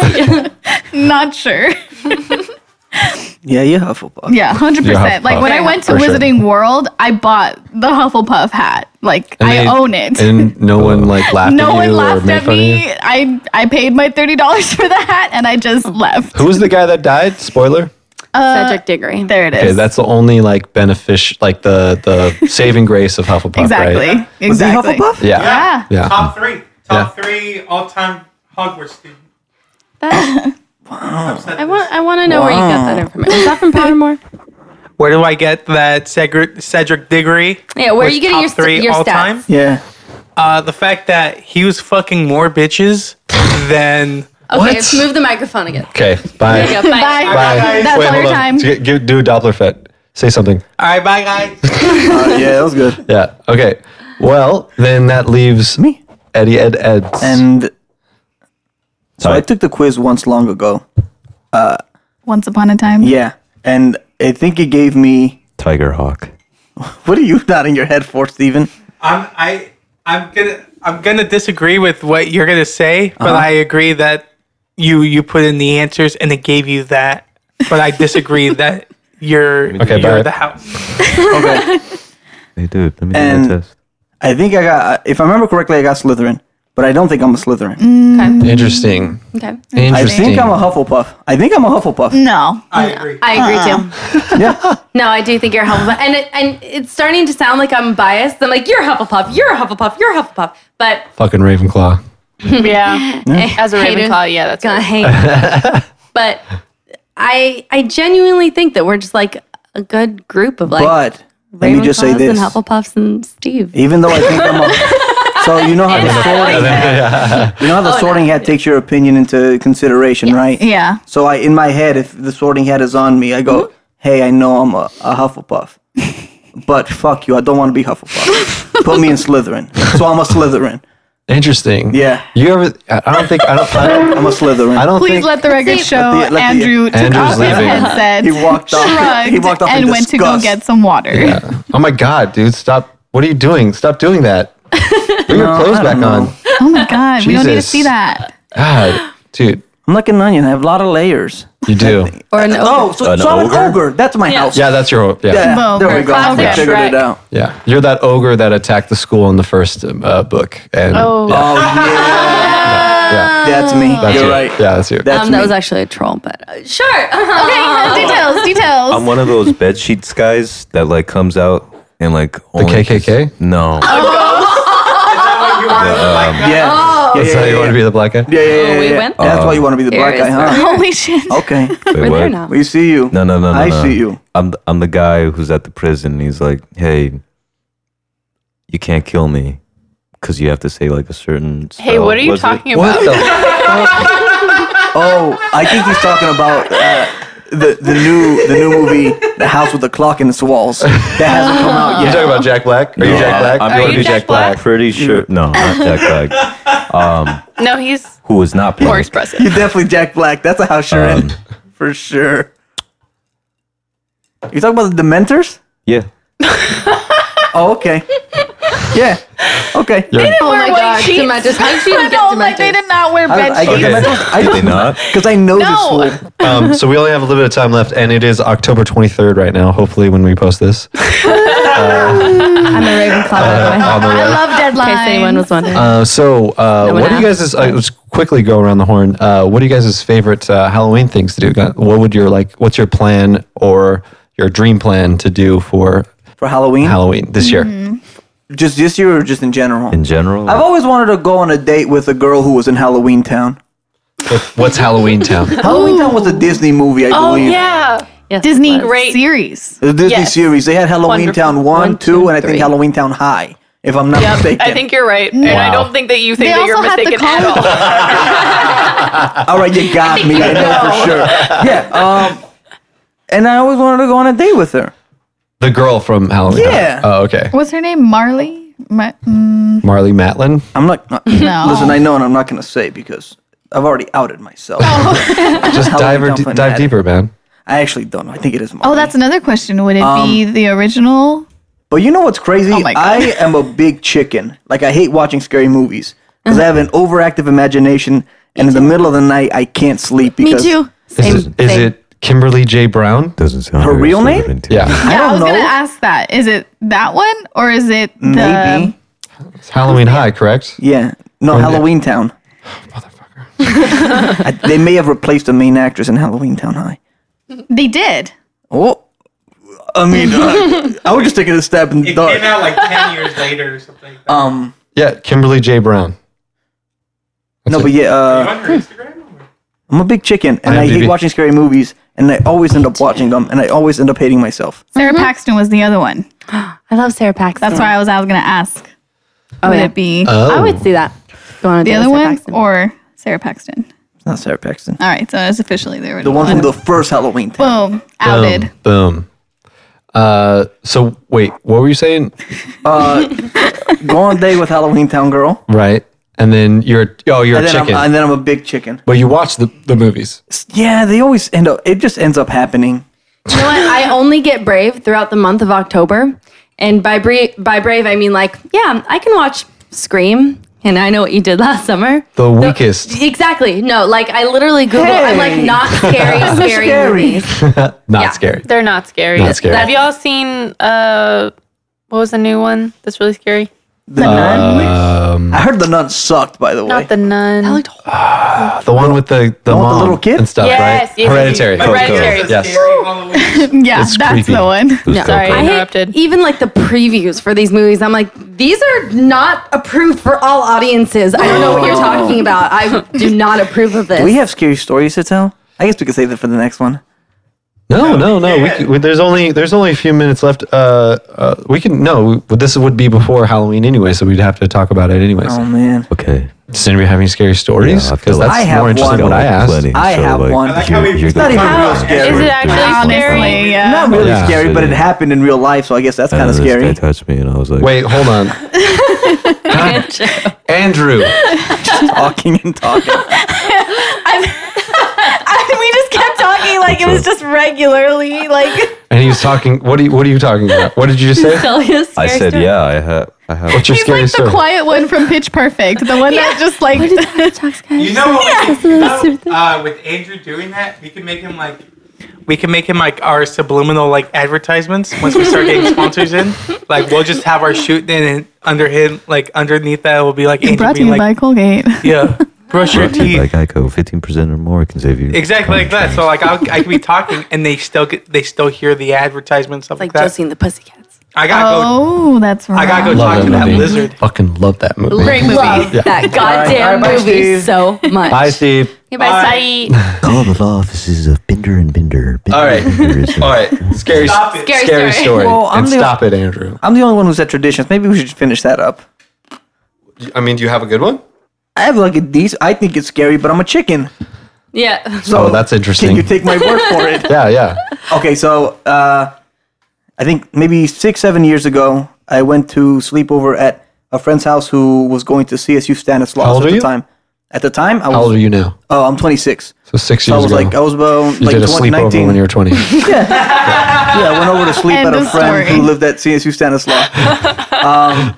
Speaker 7: (laughs) Not sure.
Speaker 3: Yeah, you Hufflepuff.
Speaker 7: Yeah, 100%.
Speaker 1: Hufflepuff,
Speaker 7: Like when I went to
Speaker 1: for sure.
Speaker 7: Wizarding World, I bought the Hufflepuff hat. Like
Speaker 1: And
Speaker 7: I
Speaker 1: they-
Speaker 7: own it. (laughs)
Speaker 1: And (laughs) no one like laughed at
Speaker 7: no
Speaker 1: you
Speaker 7: one
Speaker 1: or
Speaker 7: laughed
Speaker 1: made
Speaker 7: at
Speaker 1: fun of you.
Speaker 7: me. I I paid my thirty dollars (laughs) for the hat and I just left.
Speaker 1: Who was the guy that died? Spoiler.
Speaker 5: Cedric Diggory.
Speaker 7: There it is.
Speaker 1: Okay, that's the only like benefic, like the
Speaker 7: (laughs)
Speaker 1: the saving grace of Hufflepuff,
Speaker 7: exactly.
Speaker 1: right?
Speaker 3: Was he
Speaker 7: Exactly. Ah.
Speaker 3: Hufflepuff?
Speaker 1: Yeah.
Speaker 7: Yeah.
Speaker 1: Yeah.
Speaker 11: Top three. Top three all time Hogwarts student.
Speaker 5: I want. I want to know where you got that information. Is that from Pottermore?
Speaker 8: Where do I get that Cedric, Cedric Diggory?
Speaker 5: Yeah. Where are
Speaker 8: was
Speaker 5: you getting
Speaker 8: top
Speaker 5: your
Speaker 8: three
Speaker 5: st- your
Speaker 8: all
Speaker 5: stats?
Speaker 8: time?
Speaker 3: Yeah.
Speaker 8: Uh, the fact that he was fucking more bitches than
Speaker 5: Okay, let's move the microphone again.
Speaker 1: Okay. Bye.
Speaker 5: There
Speaker 1: Bye.
Speaker 5: you go, bye.
Speaker 7: Bye.
Speaker 1: Wait,
Speaker 7: That's all your
Speaker 1: hold on.
Speaker 7: time.
Speaker 1: G- give- do a Doppler fit. Say something.
Speaker 8: all right, bye guys.
Speaker 3: Uh, yeah, that was good.
Speaker 1: Yeah. Okay. Well, then that leaves
Speaker 3: Me.
Speaker 1: Eddie Ed Ed.
Speaker 3: (laughs) And so
Speaker 1: Sorry.
Speaker 3: I took the quiz once long ago.
Speaker 7: Once upon a time.
Speaker 3: Yeah. And I think it gave me.
Speaker 10: Tiger Hawk.
Speaker 3: What are you (laughs) nodding your head for, Steven?
Speaker 8: I'm I I'm gonna I'm gonna disagree with what you're gonna say, but I agree that you you put in the answers and it gave you that. But I disagree that you're
Speaker 1: Okay,
Speaker 8: you're
Speaker 1: bye.
Speaker 8: the house.
Speaker 3: Okay.
Speaker 10: Hey, dude, let me
Speaker 3: And-
Speaker 10: do that test.
Speaker 3: (laughs) I think I got. If I remember correctly, I got Slytherin, but I don't think I'm a Slytherin.
Speaker 1: Interesting.
Speaker 5: Okay.
Speaker 3: I
Speaker 1: Interesting.
Speaker 3: think I'm a Hufflepuff. I think I'm a Hufflepuff.
Speaker 7: No.
Speaker 8: I agree.
Speaker 5: I agree too. (laughs) No, I do think you're a Hufflepuff, and it, and it's starting to sound like I'm biased. I'm like, you're a Hufflepuff, you're a Hufflepuff, you're a Hufflepuff, but
Speaker 1: fucking Ravenclaw.
Speaker 4: (laughs)
Speaker 1: (laughs)
Speaker 4: yeah, Eh, as a
Speaker 5: haters
Speaker 4: Ravenclaw, yeah, that's
Speaker 5: gonna
Speaker 4: right.
Speaker 5: hate. (laughs) but I I genuinely think that we're just like a good group of like
Speaker 3: But let me just say
Speaker 5: Ravenclaws
Speaker 3: this:
Speaker 5: and Hufflepuffs and Steve.
Speaker 3: even though I think I'm a, so you know how the sorting, you know how the
Speaker 5: Oh,
Speaker 3: sorting hat takes your opinion into consideration, right?
Speaker 7: Yeah.
Speaker 3: So I, in my head, if the sorting hat is on me, I go,
Speaker 7: Hmm?
Speaker 3: "Hey, I know I'm a, a Hufflepuff, but fuck you, I don't want to be Hufflepuff. Put me in Slytherin, so I'm a Slytherin.
Speaker 1: Interesting.
Speaker 3: Yeah.
Speaker 1: You ever? I I don't think. I don't. I don't,
Speaker 3: I'm a Slytherin."
Speaker 1: I don't
Speaker 7: Please
Speaker 1: think.
Speaker 7: let the record show
Speaker 3: Let the- let the-
Speaker 7: Andrew took
Speaker 1: Andrew's
Speaker 7: off his
Speaker 1: leaving.
Speaker 7: headset,
Speaker 3: He walked off- he
Speaker 7: shrugged,
Speaker 3: walked off in
Speaker 7: and went to go
Speaker 3: disgust.
Speaker 7: get some water.
Speaker 1: oh my god, dude! Stop. What are you doing? Stop doing that. Put your clothes back on.
Speaker 7: Oh my god, we don't need to
Speaker 1: Jesus. (laughs)
Speaker 7: see that.
Speaker 1: God, dude,
Speaker 3: I'm like an onion. I have a lot of layers.
Speaker 1: you do.
Speaker 5: Or an
Speaker 3: Oh, so,
Speaker 10: An
Speaker 3: so I'm an
Speaker 10: ogre?
Speaker 3: ogre. That's my house.
Speaker 1: Yeah, that's your. Yeah. yeah.
Speaker 3: Yeah, there we go.
Speaker 4: Classic
Speaker 3: I figured it
Speaker 4: Shrek.
Speaker 3: out.
Speaker 1: you're that ogre that attacked the school in the first um, uh, book, and
Speaker 4: Oh.
Speaker 1: yeah,
Speaker 3: Oh
Speaker 7: (laughs)
Speaker 3: yeah,
Speaker 1: yeah,
Speaker 3: that's me.
Speaker 1: that's
Speaker 3: You're
Speaker 1: you.
Speaker 3: right.
Speaker 1: Yeah, that's you.
Speaker 3: That's
Speaker 5: Um, that
Speaker 3: me.
Speaker 5: was actually a troll, but uh, sure. (laughs)
Speaker 7: Okay, details, details.
Speaker 10: I'm one
Speaker 3: (laughs)
Speaker 10: of those bed sheets guys that like comes out and like only
Speaker 1: KKK?
Speaker 10: just- no,
Speaker 4: Oh,
Speaker 3: yeah.
Speaker 7: Oh.
Speaker 3: yeah,
Speaker 1: That's
Speaker 3: yeah,
Speaker 1: how
Speaker 3: yeah,
Speaker 1: you want to be Uh, the black guy. (laughs)
Speaker 3: Yeah, yeah, yeah, yeah,
Speaker 5: we
Speaker 3: yeah.
Speaker 5: went
Speaker 3: That's why you want to be the
Speaker 5: there
Speaker 3: black guy,
Speaker 5: is (laughs)
Speaker 3: huh?
Speaker 7: Holy shit.
Speaker 3: Okay,
Speaker 10: Wait,
Speaker 5: We're there
Speaker 10: what?
Speaker 5: now.
Speaker 3: we see you.
Speaker 10: No, no, no, no.
Speaker 3: I
Speaker 10: no.
Speaker 3: see you.
Speaker 10: I'm the, I'm the guy who's at the prison. And he's like, hey, you can't kill me because you have to say like a certain.
Speaker 4: Hey,
Speaker 10: spell."
Speaker 4: what are you
Speaker 10: Was it-
Speaker 4: talking about?
Speaker 1: What the? fuck?
Speaker 3: Oh, I think he's talking about uh, the the new the new movie, The House with the Clock in its Walls. That hasn't come out
Speaker 1: You
Speaker 10: (laughs)
Speaker 3: yet.
Speaker 1: talking about Jack Black? Are you
Speaker 10: No,
Speaker 1: Jack Black?
Speaker 10: I'm-
Speaker 1: You
Speaker 10: Are
Speaker 1: wanna
Speaker 4: you Jack Black?
Speaker 10: Pretty sure. No, not Jack
Speaker 3: (laughs)
Speaker 10: Black.
Speaker 4: No, he's
Speaker 10: Who was not
Speaker 4: more
Speaker 10: playing.
Speaker 4: expressive.
Speaker 5: (laughs)
Speaker 3: You're definitely Jack Black. That's a house you're in
Speaker 10: Um,
Speaker 3: for sure. You talking about the Dementors?
Speaker 10: Yeah.
Speaker 3: Oh, okay. Yeah. Okay.
Speaker 1: You're-
Speaker 7: Oh my god,
Speaker 4: sheets.
Speaker 7: Dementis.
Speaker 5: How
Speaker 4: (laughs)
Speaker 5: did you even get
Speaker 4: Oh
Speaker 7: no, like they
Speaker 5: Dementis?
Speaker 7: did not wear
Speaker 3: I,
Speaker 7: bed
Speaker 3: I
Speaker 7: sheets.
Speaker 3: get
Speaker 10: Okay.
Speaker 3: Dementors. I
Speaker 10: Did they
Speaker 3: (laughs)
Speaker 10: not?
Speaker 3: Because I know
Speaker 7: No.
Speaker 3: this fool.
Speaker 1: Um, so we only have a little bit of time left, and it is October 23rd right now. Hopefully, when we post this,
Speaker 5: I'm a Ravenclaw, by the way.
Speaker 1: on the
Speaker 7: I
Speaker 1: way.
Speaker 5: (laughs)
Speaker 7: love
Speaker 5: In
Speaker 7: deadlines.
Speaker 5: case anyone was wondering.
Speaker 1: Uh, so, uh,
Speaker 5: No one
Speaker 1: what do you guys? Uh, let's quickly go around the horn. Uh, what are you guys' favorite uh, Halloween things to do? Got- What would your like? What's your plan or your dream plan to do for
Speaker 3: For Halloween?
Speaker 1: Halloween this year?
Speaker 5: Mm-hmm.
Speaker 3: Just this year or just in general?
Speaker 10: In general,
Speaker 3: I've always wanted to go on a date with a girl who was in Halloween Town.
Speaker 1: What- What's Halloween Town?
Speaker 5: (laughs)
Speaker 3: Halloween Town was a Disney movie, I
Speaker 4: Oh
Speaker 3: believe.
Speaker 4: yeah,
Speaker 5: Yes,
Speaker 7: Disney
Speaker 5: it was.
Speaker 4: Great.
Speaker 7: series.
Speaker 3: The Disney
Speaker 4: Yes.
Speaker 3: series. They had Halloween
Speaker 4: Wonderful.
Speaker 3: Town 1,
Speaker 5: One,
Speaker 3: 2,
Speaker 5: two,
Speaker 3: and I think
Speaker 5: three.
Speaker 3: Halloween Town High, if I'm not mistaken.
Speaker 4: I think you're right, and I don't think that you think
Speaker 7: They
Speaker 4: that you're
Speaker 7: also had the
Speaker 4: mistaken at
Speaker 7: comedy.
Speaker 4: all.
Speaker 3: All right, you got me. I know for sure. Yeah. Um, and I always wanted to go on a date with her.
Speaker 1: The girl from Halloween. Town.
Speaker 3: Yeah.
Speaker 1: Oh, okay.
Speaker 7: What's her name? Marley? Ma- mm,
Speaker 1: Marley
Speaker 5: (laughs)
Speaker 1: Matlin.
Speaker 3: I'm not.
Speaker 7: no.
Speaker 3: Listen, I know, and I'm not going to say because I've already outed myself.
Speaker 1: Just dive,
Speaker 3: Halloween
Speaker 1: her-
Speaker 3: Town
Speaker 1: d- dive
Speaker 3: fanatic.
Speaker 1: deeper, man.
Speaker 3: I actually don't know. I think it is. Molly.
Speaker 7: oh, that's another question. Would it be the original?
Speaker 3: But you know what's crazy?
Speaker 7: my God.
Speaker 3: I am a big chicken. Like I hate watching scary movies because I have an overactive imagination, and in the middle of the night I can't sleep
Speaker 5: Me
Speaker 3: because
Speaker 5: too. Same
Speaker 1: Is it, is
Speaker 5: thing.
Speaker 1: it Kimberly J. Brown?
Speaker 10: Doesn't sound
Speaker 3: Her
Speaker 10: very
Speaker 3: real name?
Speaker 10: Slytherin to
Speaker 5: (laughs)
Speaker 10: me.
Speaker 1: Yeah.
Speaker 7: yeah, I was
Speaker 3: don't
Speaker 7: gonna
Speaker 3: know.
Speaker 7: ask that. Is it that one or is it the?
Speaker 3: maybe.
Speaker 1: It's Halloween High, correct?
Speaker 3: Yeah. No, Halloween Town. (laughs) Motherfucker. they may have replaced the main actress in Halloween Town High.
Speaker 7: They did.
Speaker 3: Oh. I mean, uh, I was just taking a stab in the
Speaker 8: It came
Speaker 3: dark.
Speaker 8: out like 10 years later or something. Like that.
Speaker 3: Um,
Speaker 1: Yeah, Kimberly J. Brown.
Speaker 3: no, but yeah,
Speaker 8: You
Speaker 3: uh,
Speaker 8: on her Instagram? or-
Speaker 3: I'm a big chicken, and I hate
Speaker 1: IMDb.
Speaker 3: watching scary movies, and I always end up watching them, and I always end up hating myself.
Speaker 7: Sarah Paxton was the other one.
Speaker 5: I love Sarah Paxton.
Speaker 7: That's why I was I was gonna ask.
Speaker 5: Oh,
Speaker 7: would
Speaker 5: yeah.
Speaker 7: it be
Speaker 5: I would see that. Go on a
Speaker 7: the
Speaker 5: date
Speaker 7: other
Speaker 5: with Sarah
Speaker 7: one
Speaker 5: Paxton.
Speaker 7: or Sarah Paxton?
Speaker 3: It's not Sarah Paxton.
Speaker 7: All right, so it's officially the original.
Speaker 3: The one from the first Halloween Town.
Speaker 7: Boom.
Speaker 1: Boom.
Speaker 7: Outed.
Speaker 1: Boom. Uh, so wait, what were you saying?
Speaker 8: (laughs)
Speaker 3: Uh, go on a date with Halloween Town girl,
Speaker 1: Right, and then you're oh you're
Speaker 3: and
Speaker 1: a
Speaker 3: then, I'm,
Speaker 1: chicken,
Speaker 3: and then I'm a big chicken.
Speaker 1: but you watch the, the movies.
Speaker 3: Yeah, they always end up. It just ends up happening.
Speaker 5: You know what? I only get brave throughout the month of October, and by bra- by brave I mean like, yeah, I can watch Scream, and I know what you did last summer.
Speaker 1: The weakest,
Speaker 5: Exactly. No, like I literally Google. I'm like
Speaker 3: Hey.
Speaker 5: not
Speaker 3: (laughs)
Speaker 5: scary, scary,
Speaker 3: Scary.
Speaker 5: movies.
Speaker 1: not
Speaker 5: yeah.
Speaker 1: scary.
Speaker 4: They're not scary.
Speaker 1: Not scary.
Speaker 4: Have y'all seen uh, what was the new one that's really scary?
Speaker 3: The nun. I heard the nun sucked, by the way.
Speaker 4: Not the nun.
Speaker 5: looked
Speaker 1: The one with the the,
Speaker 3: one with
Speaker 1: mom
Speaker 3: the little kid?
Speaker 1: and stuff,
Speaker 4: Yes,
Speaker 1: right?
Speaker 4: yes, yes,
Speaker 1: Hereditary.
Speaker 4: yes. Hereditary.
Speaker 1: Cool, cool. Yes.
Speaker 8: Scary Halloween.
Speaker 7: (laughs) Yeah,
Speaker 1: It's
Speaker 7: that's
Speaker 1: creepy.
Speaker 7: the one.
Speaker 10: Who's
Speaker 4: Sorry, I
Speaker 10: Coco?
Speaker 5: I hate
Speaker 4: interrupted.
Speaker 5: even like the previews for these movies. I'm like, these are not approved for all audiences. I don't know what you're talking about. I (laughs) do not approve of this.
Speaker 3: Do we have scary stories to tell? I guess we could save that for the next one.
Speaker 1: No, no, no. We, c- we, there's only there's only a few minutes left. Uh, uh, we can no. But this would be before Halloween anyway, so we'd have to talk about it anyways.
Speaker 3: Oh man,
Speaker 10: Okay.
Speaker 1: Does anybody have any scary stories?
Speaker 10: Yeah, I feel
Speaker 1: Because
Speaker 10: like-
Speaker 1: that's
Speaker 3: I have
Speaker 1: more interesting
Speaker 3: one.
Speaker 1: than what I asked.
Speaker 10: Oh, Plenty,
Speaker 3: I have one. I
Speaker 8: like
Speaker 10: Like
Speaker 8: how
Speaker 10: you're,
Speaker 8: we-
Speaker 10: you're
Speaker 8: It's not
Speaker 10: going
Speaker 3: even
Speaker 10: to-
Speaker 3: real scary.
Speaker 4: Is it actually scary?
Speaker 7: Honestly, yeah.
Speaker 3: not really
Speaker 1: Yeah.
Speaker 3: scary, but it
Speaker 10: Yeah.
Speaker 3: happened in real life, so I guess that's kind of
Speaker 10: and This guy
Speaker 3: scary.
Speaker 10: touched me, and I was like,
Speaker 1: Wait, hold on. God- Andrew.
Speaker 3: (laughs) Talking and
Speaker 1: (laughs)
Speaker 3: talking.
Speaker 7: (laughs) we just kept talking like it was just regularly like
Speaker 1: And he was talking. What are you? What are you talking about? What did you just say?
Speaker 5: Tell you a
Speaker 10: I
Speaker 5: scary
Speaker 10: said,
Speaker 5: story.
Speaker 10: yeah, I have. I have.
Speaker 1: What's your
Speaker 7: He's
Speaker 1: scary
Speaker 7: like
Speaker 1: story?
Speaker 7: the quiet one from Pitch Perfect, the one that just like
Speaker 8: You know what? We can, you know, uh, with Andrew doing that, we can make him like. We can make him like our subliminal like advertisements once we start getting
Speaker 7: (laughs)
Speaker 8: sponsors in. Like we'll just have our shoot in and under him like underneath that will be like Andrew
Speaker 7: brought to
Speaker 8: being
Speaker 7: (laughs) you
Speaker 8: like
Speaker 7: by Colgate.
Speaker 8: yeah brush your
Speaker 10: Brought to you by
Speaker 8: teeth
Speaker 10: Geico, fifteen percent or more can save you.
Speaker 8: exactly like that. So like I'll, I could be talking and they still get they still hear the advertisement and stuff like,
Speaker 5: Like Josie
Speaker 8: that.
Speaker 5: and the Pussycats.
Speaker 8: I gotta
Speaker 7: Oh, that's right.
Speaker 8: I gotta go
Speaker 1: Love
Speaker 8: talk
Speaker 1: that
Speaker 8: to that
Speaker 1: movie.
Speaker 8: lizard.
Speaker 1: Fucking love that movie.
Speaker 5: Great movie. Love that
Speaker 3: All right,
Speaker 5: goddamn
Speaker 3: bye,
Speaker 5: movie
Speaker 3: Steve.
Speaker 5: so much.
Speaker 1: Hi, Steve.
Speaker 4: Bye.
Speaker 10: Call the law offices of Binder and Binder. Binder
Speaker 1: All right.
Speaker 10: and Binder is in-
Speaker 1: (laughs) All right. Scary.
Speaker 8: Stop it.
Speaker 5: Scary
Speaker 1: Scary
Speaker 5: story.
Speaker 1: story.
Speaker 3: Well, I'm
Speaker 1: and
Speaker 3: the-
Speaker 1: stop it, Andrew.
Speaker 3: I'm the only one who's at traditions. Maybe we should finish that up.
Speaker 1: I mean, do you have a good one?
Speaker 3: I have like a decent. I think it's scary, but I'm a chicken.
Speaker 5: Yeah. (laughs)
Speaker 3: So
Speaker 1: Oh, that's
Speaker 3: Can you
Speaker 1: interesting.
Speaker 3: take my word
Speaker 1: (laughs)
Speaker 3: for it?
Speaker 1: Yeah, yeah.
Speaker 3: Okay, so uh, I think maybe six, seven years ago, I went to sleep over at a friend's house who was going to CSU Stanislaus
Speaker 1: How old
Speaker 3: at
Speaker 1: are
Speaker 3: the
Speaker 1: you?
Speaker 3: time. At the time, I was
Speaker 1: How old are you now?
Speaker 3: oh, I'm 26.
Speaker 1: So six
Speaker 3: So I
Speaker 1: years
Speaker 3: was
Speaker 1: ago.
Speaker 3: like, I was about
Speaker 1: you
Speaker 3: like
Speaker 1: did a
Speaker 3: 20,
Speaker 1: sleepover
Speaker 3: 19.
Speaker 1: when you were twenty. Oh,
Speaker 3: yeah, I went over to sleep
Speaker 7: End
Speaker 3: at a
Speaker 7: of
Speaker 3: friend
Speaker 7: story.
Speaker 3: who lived at CSU
Speaker 7: (laughs)
Speaker 3: Stanislaus. um,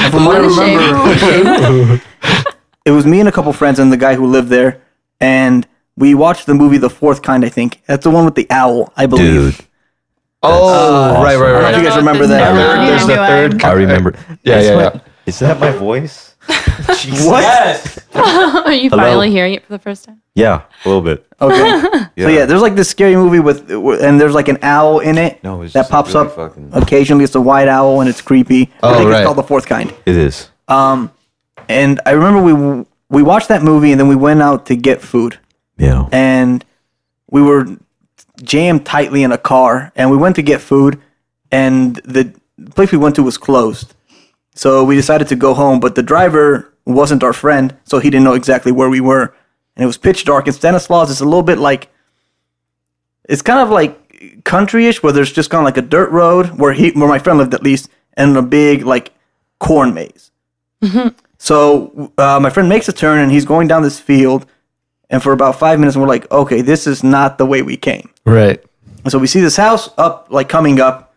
Speaker 3: and from what I
Speaker 1: (laughs)
Speaker 3: remember, (laughs) it was me and a couple friends and the guy who lived there, and we watched the movie The Fourth Kind. I think that's the one with the owl, I believe.
Speaker 10: Dude,
Speaker 1: (laughs) oh, right, right,
Speaker 3: I don't
Speaker 1: right.
Speaker 3: know if you guys
Speaker 4: I don't know
Speaker 3: remember
Speaker 4: what
Speaker 3: that.
Speaker 4: this
Speaker 1: Third- there's
Speaker 4: is.
Speaker 7: Neither
Speaker 1: the
Speaker 7: do I.
Speaker 1: third.
Speaker 10: I remember.
Speaker 1: Yeah,
Speaker 10: Is
Speaker 1: yeah,
Speaker 10: my-
Speaker 1: yeah.
Speaker 10: Is that my voice?
Speaker 7: Oh.
Speaker 3: What?
Speaker 8: Yes.
Speaker 5: Are you
Speaker 10: Hello?
Speaker 5: finally hearing it for the first time?
Speaker 10: Yeah, a little bit.
Speaker 3: Okay. So yeah, there's like this scary movie with, and there's like an owl in it
Speaker 10: No, it's
Speaker 3: that
Speaker 10: just
Speaker 3: pops
Speaker 10: really
Speaker 3: up
Speaker 10: fucking-
Speaker 3: occasionally. It's a white owl and it's creepy.
Speaker 1: Oh,
Speaker 3: I think
Speaker 1: right.
Speaker 3: it's called the fourth kind.
Speaker 10: It is.
Speaker 3: Um, and I remember we we watched that movie and then we went out to get food
Speaker 10: Yeah.
Speaker 3: and we were jammed tightly in a car, and we went to get food, and the place we went to was closed. So we decided to go home, but the driver wasn't our friend, so he didn't know exactly where we were. And it was pitch dark, and Stanislaus is a little bit like it's kind of like countryish, where there's just kind of like a dirt road where he, where my friend lived at least, and a big like corn maze. So uh, my friend makes a turn, and he's going down this field, and for about five minutes, we're like, okay, this is not the way we came.
Speaker 1: Right.
Speaker 3: And so we see this house up, like coming up,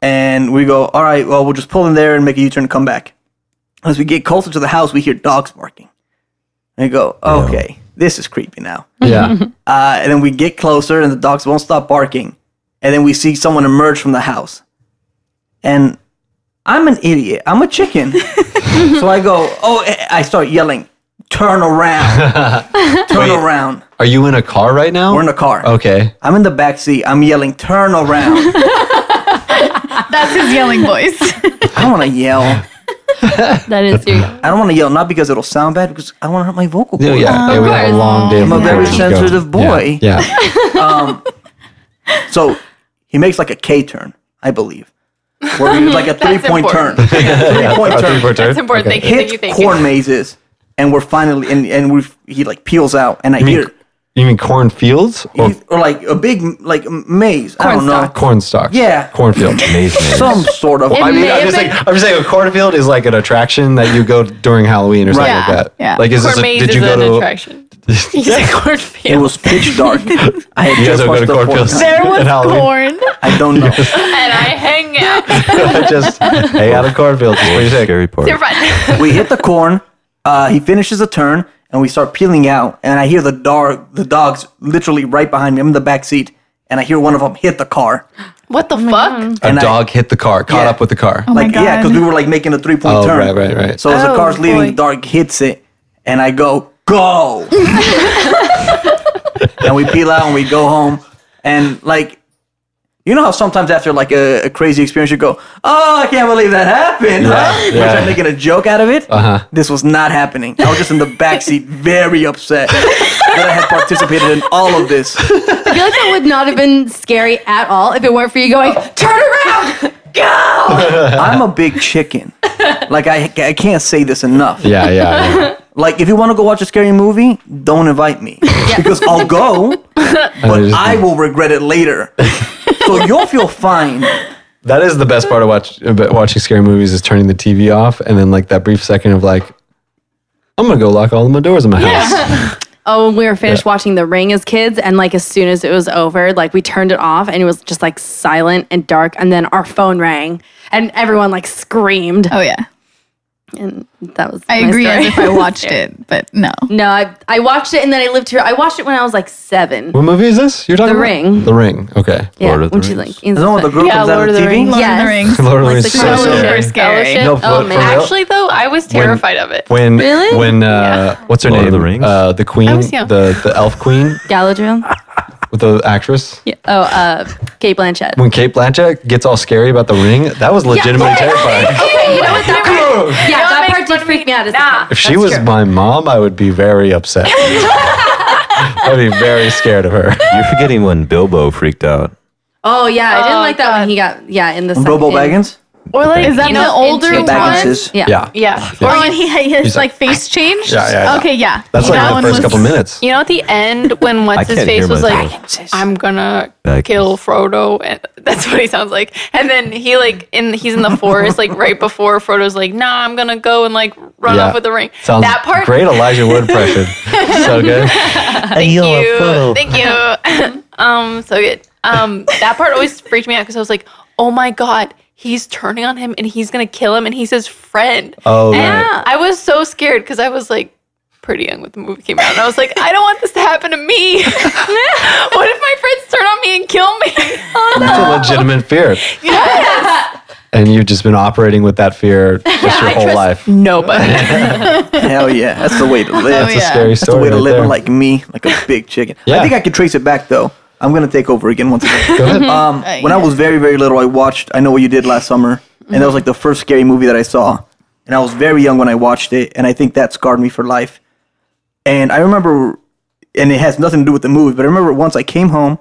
Speaker 3: and we go, all right, well, we'll just pull in there and make a U turn and come back. As we get closer to the house, we hear dogs barking. And we go, okay, this is creepy now.
Speaker 1: Yeah.
Speaker 3: Uh, and then we get closer, and the dogs won't stop barking. And then we see someone emerge from the house. And I'm an idiot. I'm a chicken. so I go, oh, eh, I start yelling, turn around, turn around.
Speaker 1: Are you in a car right now?
Speaker 3: We're in a car.
Speaker 1: Okay.
Speaker 3: I'm in the back seat. I'm yelling, turn around.
Speaker 7: That's (laughs) his yelling voice.
Speaker 3: I want to yell. I
Speaker 5: That is your.
Speaker 3: don't want to yell, not because it'll sound bad, because I want to hurt my vocal cords.
Speaker 1: Yeah, yeah.
Speaker 7: Of
Speaker 1: yeah, we have a
Speaker 7: course.
Speaker 1: long day.
Speaker 3: I'm a
Speaker 1: before
Speaker 3: very
Speaker 1: we go.
Speaker 3: sensitive boy.
Speaker 1: Yeah. yeah.
Speaker 3: Um, so he makes like a K turn, I believe, where
Speaker 4: (laughs)
Speaker 3: he was like a three point turn.
Speaker 1: (laughs)
Speaker 4: important.
Speaker 3: three point
Speaker 1: I
Speaker 3: turn.
Speaker 1: think we're
Speaker 4: That's
Speaker 1: done.
Speaker 4: important. Thank you. Thank you.
Speaker 3: Hits
Speaker 4: Thank you.
Speaker 3: corn mazes, and we're finally and and we he like peels out, and I
Speaker 1: mean
Speaker 3: hear
Speaker 1: You mean cornfields or
Speaker 3: he's- or like a big like maze. I don't know,
Speaker 1: corn stalks?
Speaker 3: Yeah.
Speaker 1: Cornfield.
Speaker 10: Amazing.
Speaker 3: some sort of.
Speaker 1: I
Speaker 3: I
Speaker 1: mean,
Speaker 4: may
Speaker 1: I'm
Speaker 4: have
Speaker 1: just,
Speaker 4: been-
Speaker 1: like, I'm just saying a cornfield is like an attraction that you go during Halloween or something
Speaker 7: Right.
Speaker 1: like that.
Speaker 7: Yeah.
Speaker 1: Like, is this a,
Speaker 4: Cormaze
Speaker 1: did you
Speaker 4: is
Speaker 1: go
Speaker 4: an
Speaker 1: to?
Speaker 4: attraction. He's a
Speaker 3: it
Speaker 4: cornfield.
Speaker 3: was
Speaker 1: (laughs)
Speaker 3: pitch dark. I had
Speaker 1: You guys
Speaker 3: just
Speaker 1: don't go
Speaker 3: watched
Speaker 1: to
Speaker 3: the
Speaker 1: cornfields.
Speaker 3: Fortnite.
Speaker 7: There was
Speaker 1: At Halloween.
Speaker 7: corn.
Speaker 3: I don't
Speaker 1: (laughs)
Speaker 3: know.
Speaker 4: and I hang
Speaker 1: (laughs)
Speaker 4: out.
Speaker 1: just hey, out of cornfields. What do you think?
Speaker 10: Scary part.
Speaker 4: You're right.
Speaker 3: we hit the corn. Uh, he finishes a turn, and we start peeling out. And I hear the dog, the dogs, literally right behind me. I'm in the back seat, and I hear one of them hit the car.
Speaker 4: (laughs) What the fuck?
Speaker 1: A
Speaker 3: And I-
Speaker 1: dog hit the car, caught
Speaker 3: Yeah.
Speaker 1: up with the car.
Speaker 7: Oh my
Speaker 3: like
Speaker 7: god.
Speaker 3: yeah, because we were like making a three point
Speaker 1: Oh,
Speaker 3: turn.
Speaker 1: right, right, right.
Speaker 3: So as the
Speaker 4: Oh,
Speaker 3: car's leaving,
Speaker 4: boy.
Speaker 3: the dog hits it, and I go
Speaker 7: (laughs)
Speaker 3: go, and we peel out and we go home, and like. You know how sometimes after like a, a crazy experience you go, oh, I can't believe that happened, huh?
Speaker 1: yeah.
Speaker 3: We're trying making a joke out of it.
Speaker 1: Uh-huh.
Speaker 3: This was not happening. I was just in the backseat, very upset that I had participated in all
Speaker 1: (laughs)
Speaker 3: of this.
Speaker 5: I feel like that would not have been scary at all if it weren't for you going turn around, go.
Speaker 3: I'm a big chicken. Like I, I can't say this enough.
Speaker 1: (laughs) Yeah, yeah. yeah.
Speaker 3: Like, if you want to go watch a scary movie, don't invite me because I'll go,
Speaker 1: (laughs)
Speaker 3: but
Speaker 1: just-
Speaker 3: I will regret it later. so you'll feel fine.
Speaker 1: That is the best part of watch, about watching scary movies is turning the TV off and then like that brief second of like, I'm gonna go lock all of my doors in my house.
Speaker 5: Oh, when we were finished watching The Ring as kids, and like as soon as it was over, like we turned it off, and it was just like silent and dark. And then our phone rang, and everyone like screamed,
Speaker 7: Oh yeah.
Speaker 5: and that was.
Speaker 7: I
Speaker 5: my
Speaker 7: agree as
Speaker 5: story.
Speaker 7: if (laughs) I watched it, but no.
Speaker 5: (laughs) No, I I watched it, and then I lived here. I watched it when I was like seven.
Speaker 1: What movie is this? You're talking
Speaker 5: The
Speaker 1: about?
Speaker 5: Ring.
Speaker 1: The Ring. Okay. (laughs)
Speaker 5: Yeah,
Speaker 10: Lord of the
Speaker 5: when she's
Speaker 10: Rings.
Speaker 5: like in
Speaker 3: Is that when the girl
Speaker 4: Yeah,
Speaker 3: comes out
Speaker 4: Lord
Speaker 3: of the
Speaker 4: of the
Speaker 3: TV?
Speaker 4: Rings.
Speaker 7: Lord
Speaker 5: Yes.
Speaker 7: of
Speaker 1: (laughs)
Speaker 7: the Rings.
Speaker 1: Lord of the
Speaker 5: Like
Speaker 1: Rings.
Speaker 5: the
Speaker 1: is so
Speaker 5: Fellowship.
Speaker 1: scary.
Speaker 4: Fellowship?
Speaker 7: Super scary.
Speaker 1: No, for-
Speaker 4: oh,
Speaker 1: for
Speaker 4: man.
Speaker 1: real?
Speaker 4: Actually, though, I was terrified of it.
Speaker 1: When
Speaker 5: Really?
Speaker 1: when uh what's her
Speaker 10: Lord
Speaker 1: name?
Speaker 10: of the Rings?
Speaker 1: Uh the queen,
Speaker 4: I was young.
Speaker 1: the the elf queen
Speaker 5: Galadriel.
Speaker 4: (laughs)
Speaker 1: with the actress.
Speaker 5: Yeah. Oh, uh, Kate Blanchett.
Speaker 1: When Kate Blanchett gets all scary about the ring, that was
Speaker 4: (laughs)
Speaker 1: legitimately terrifying.
Speaker 5: Okay, you know what that part? Yeah,
Speaker 4: know
Speaker 5: that
Speaker 4: what
Speaker 5: part
Speaker 4: makes
Speaker 5: did
Speaker 4: fun
Speaker 5: freak
Speaker 4: of
Speaker 5: me
Speaker 4: me?
Speaker 5: out. As
Speaker 4: Nah.
Speaker 5: a kid.
Speaker 1: If she was my mom, I would be very
Speaker 4: (laughs)
Speaker 1: upset. I'd be very scared of her.
Speaker 10: You're forgetting when Bilbo freaked out.
Speaker 5: Oh yeah, I didn't
Speaker 4: Oh,
Speaker 5: like that when he got yeah in the second-
Speaker 3: Robo
Speaker 5: in-
Speaker 3: Baggins?
Speaker 4: Or like,
Speaker 7: Is that
Speaker 4: you
Speaker 7: the
Speaker 4: know,
Speaker 7: older
Speaker 4: into-
Speaker 7: one?
Speaker 3: Bagginses.
Speaker 5: Yeah.
Speaker 1: Yeah.
Speaker 4: Yeah.
Speaker 7: Or when he his like face changed.
Speaker 1: Yeah, yeah, yeah.
Speaker 7: Okay, yeah.
Speaker 1: That's
Speaker 7: That
Speaker 1: like
Speaker 7: one
Speaker 1: the first
Speaker 7: was-
Speaker 1: couple minutes.
Speaker 4: You know, at the end when what's his
Speaker 10: can't
Speaker 4: face
Speaker 10: hear
Speaker 4: was like,
Speaker 10: myself.
Speaker 4: "I'm gonna
Speaker 10: Back.
Speaker 4: kill Frodo," and (laughs) that's what he sounds like. And then he like in he's in the forest like right before Frodo's like, "Nah, I'm gonna go and like run
Speaker 1: Yeah.
Speaker 4: off with the ring."
Speaker 1: Sounds
Speaker 4: that part,
Speaker 1: great Elijah Wood
Speaker 4: (laughs)
Speaker 1: impression. so good.
Speaker 4: thank you, thank you. (laughs) um, so good. Um, that part always freaked me out because I was like, "Oh my god." He's turning on him and he's gonna kill him and he's his friend.
Speaker 1: Oh,
Speaker 4: And
Speaker 1: right.
Speaker 4: I was so scared because I was like pretty young when the movie came out. And I was like, I don't want this to happen to me. (laughs) what if my friends turn on me and kill me? (laughs)
Speaker 1: That's a legitimate fear. And you've just been operating with that fear just your
Speaker 4: (laughs) I
Speaker 1: whole
Speaker 4: trust Oh,
Speaker 1: life.
Speaker 4: Nobody.
Speaker 3: Hell yeah. That's the way to live.
Speaker 1: That's
Speaker 7: yeah.
Speaker 1: a scary
Speaker 3: That's the
Speaker 1: story.
Speaker 3: way to
Speaker 1: right
Speaker 3: live
Speaker 1: there.
Speaker 3: like me, like a big chicken.
Speaker 1: Yeah.
Speaker 3: I think I could trace it back though. I'm gonna take over again once again.
Speaker 1: Go
Speaker 4: Mm-hmm.
Speaker 1: ahead.
Speaker 3: Um, when I was very, very little, I watched I Know What You Did Last Summer, and that was like the first scary movie that I saw. And I was very young when I watched it, and I think that scarred me for life. And I remember, and it has nothing to do with the movie, but I remember once I came home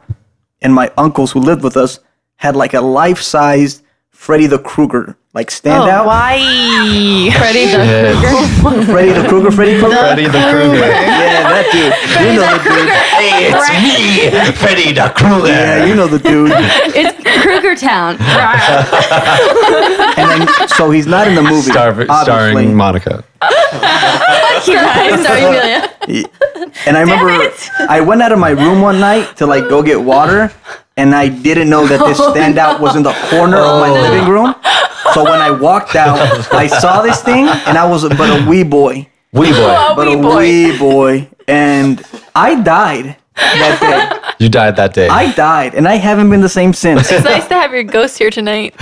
Speaker 3: and my uncles who lived with us had like a life sized Freddy the Krueger, like standout.
Speaker 1: (laughs)
Speaker 4: Why?
Speaker 5: Freddy the
Speaker 1: Shit.
Speaker 5: Krueger.
Speaker 3: Freddy (laughs) the Krueger, Freddy Krueger.
Speaker 1: Freddy the Krueger.
Speaker 3: Yeah, that dude. you know the dude.
Speaker 1: Hey, it's me, Freddy the Krueger.
Speaker 3: Yeah, you know the dude.
Speaker 5: (laughs) it's Kruger Town. (laughs)
Speaker 3: And then, so he's not in the movie.
Speaker 1: Star-
Speaker 3: obviously.
Speaker 1: starring Monica.
Speaker 5: Sorry, sorry, Amelia.
Speaker 3: And I remember I went out of my room one night to like go get water, and I didn't know that this standout was in the corner of my living room. So when I walked out, I saw this thing, and I was but a wee boy,
Speaker 1: Wee boy.
Speaker 3: but a wee boy, and I died that day.
Speaker 1: You died that day.
Speaker 3: I died, and I haven't been the same since.
Speaker 4: It's nice to have your ghost here tonight.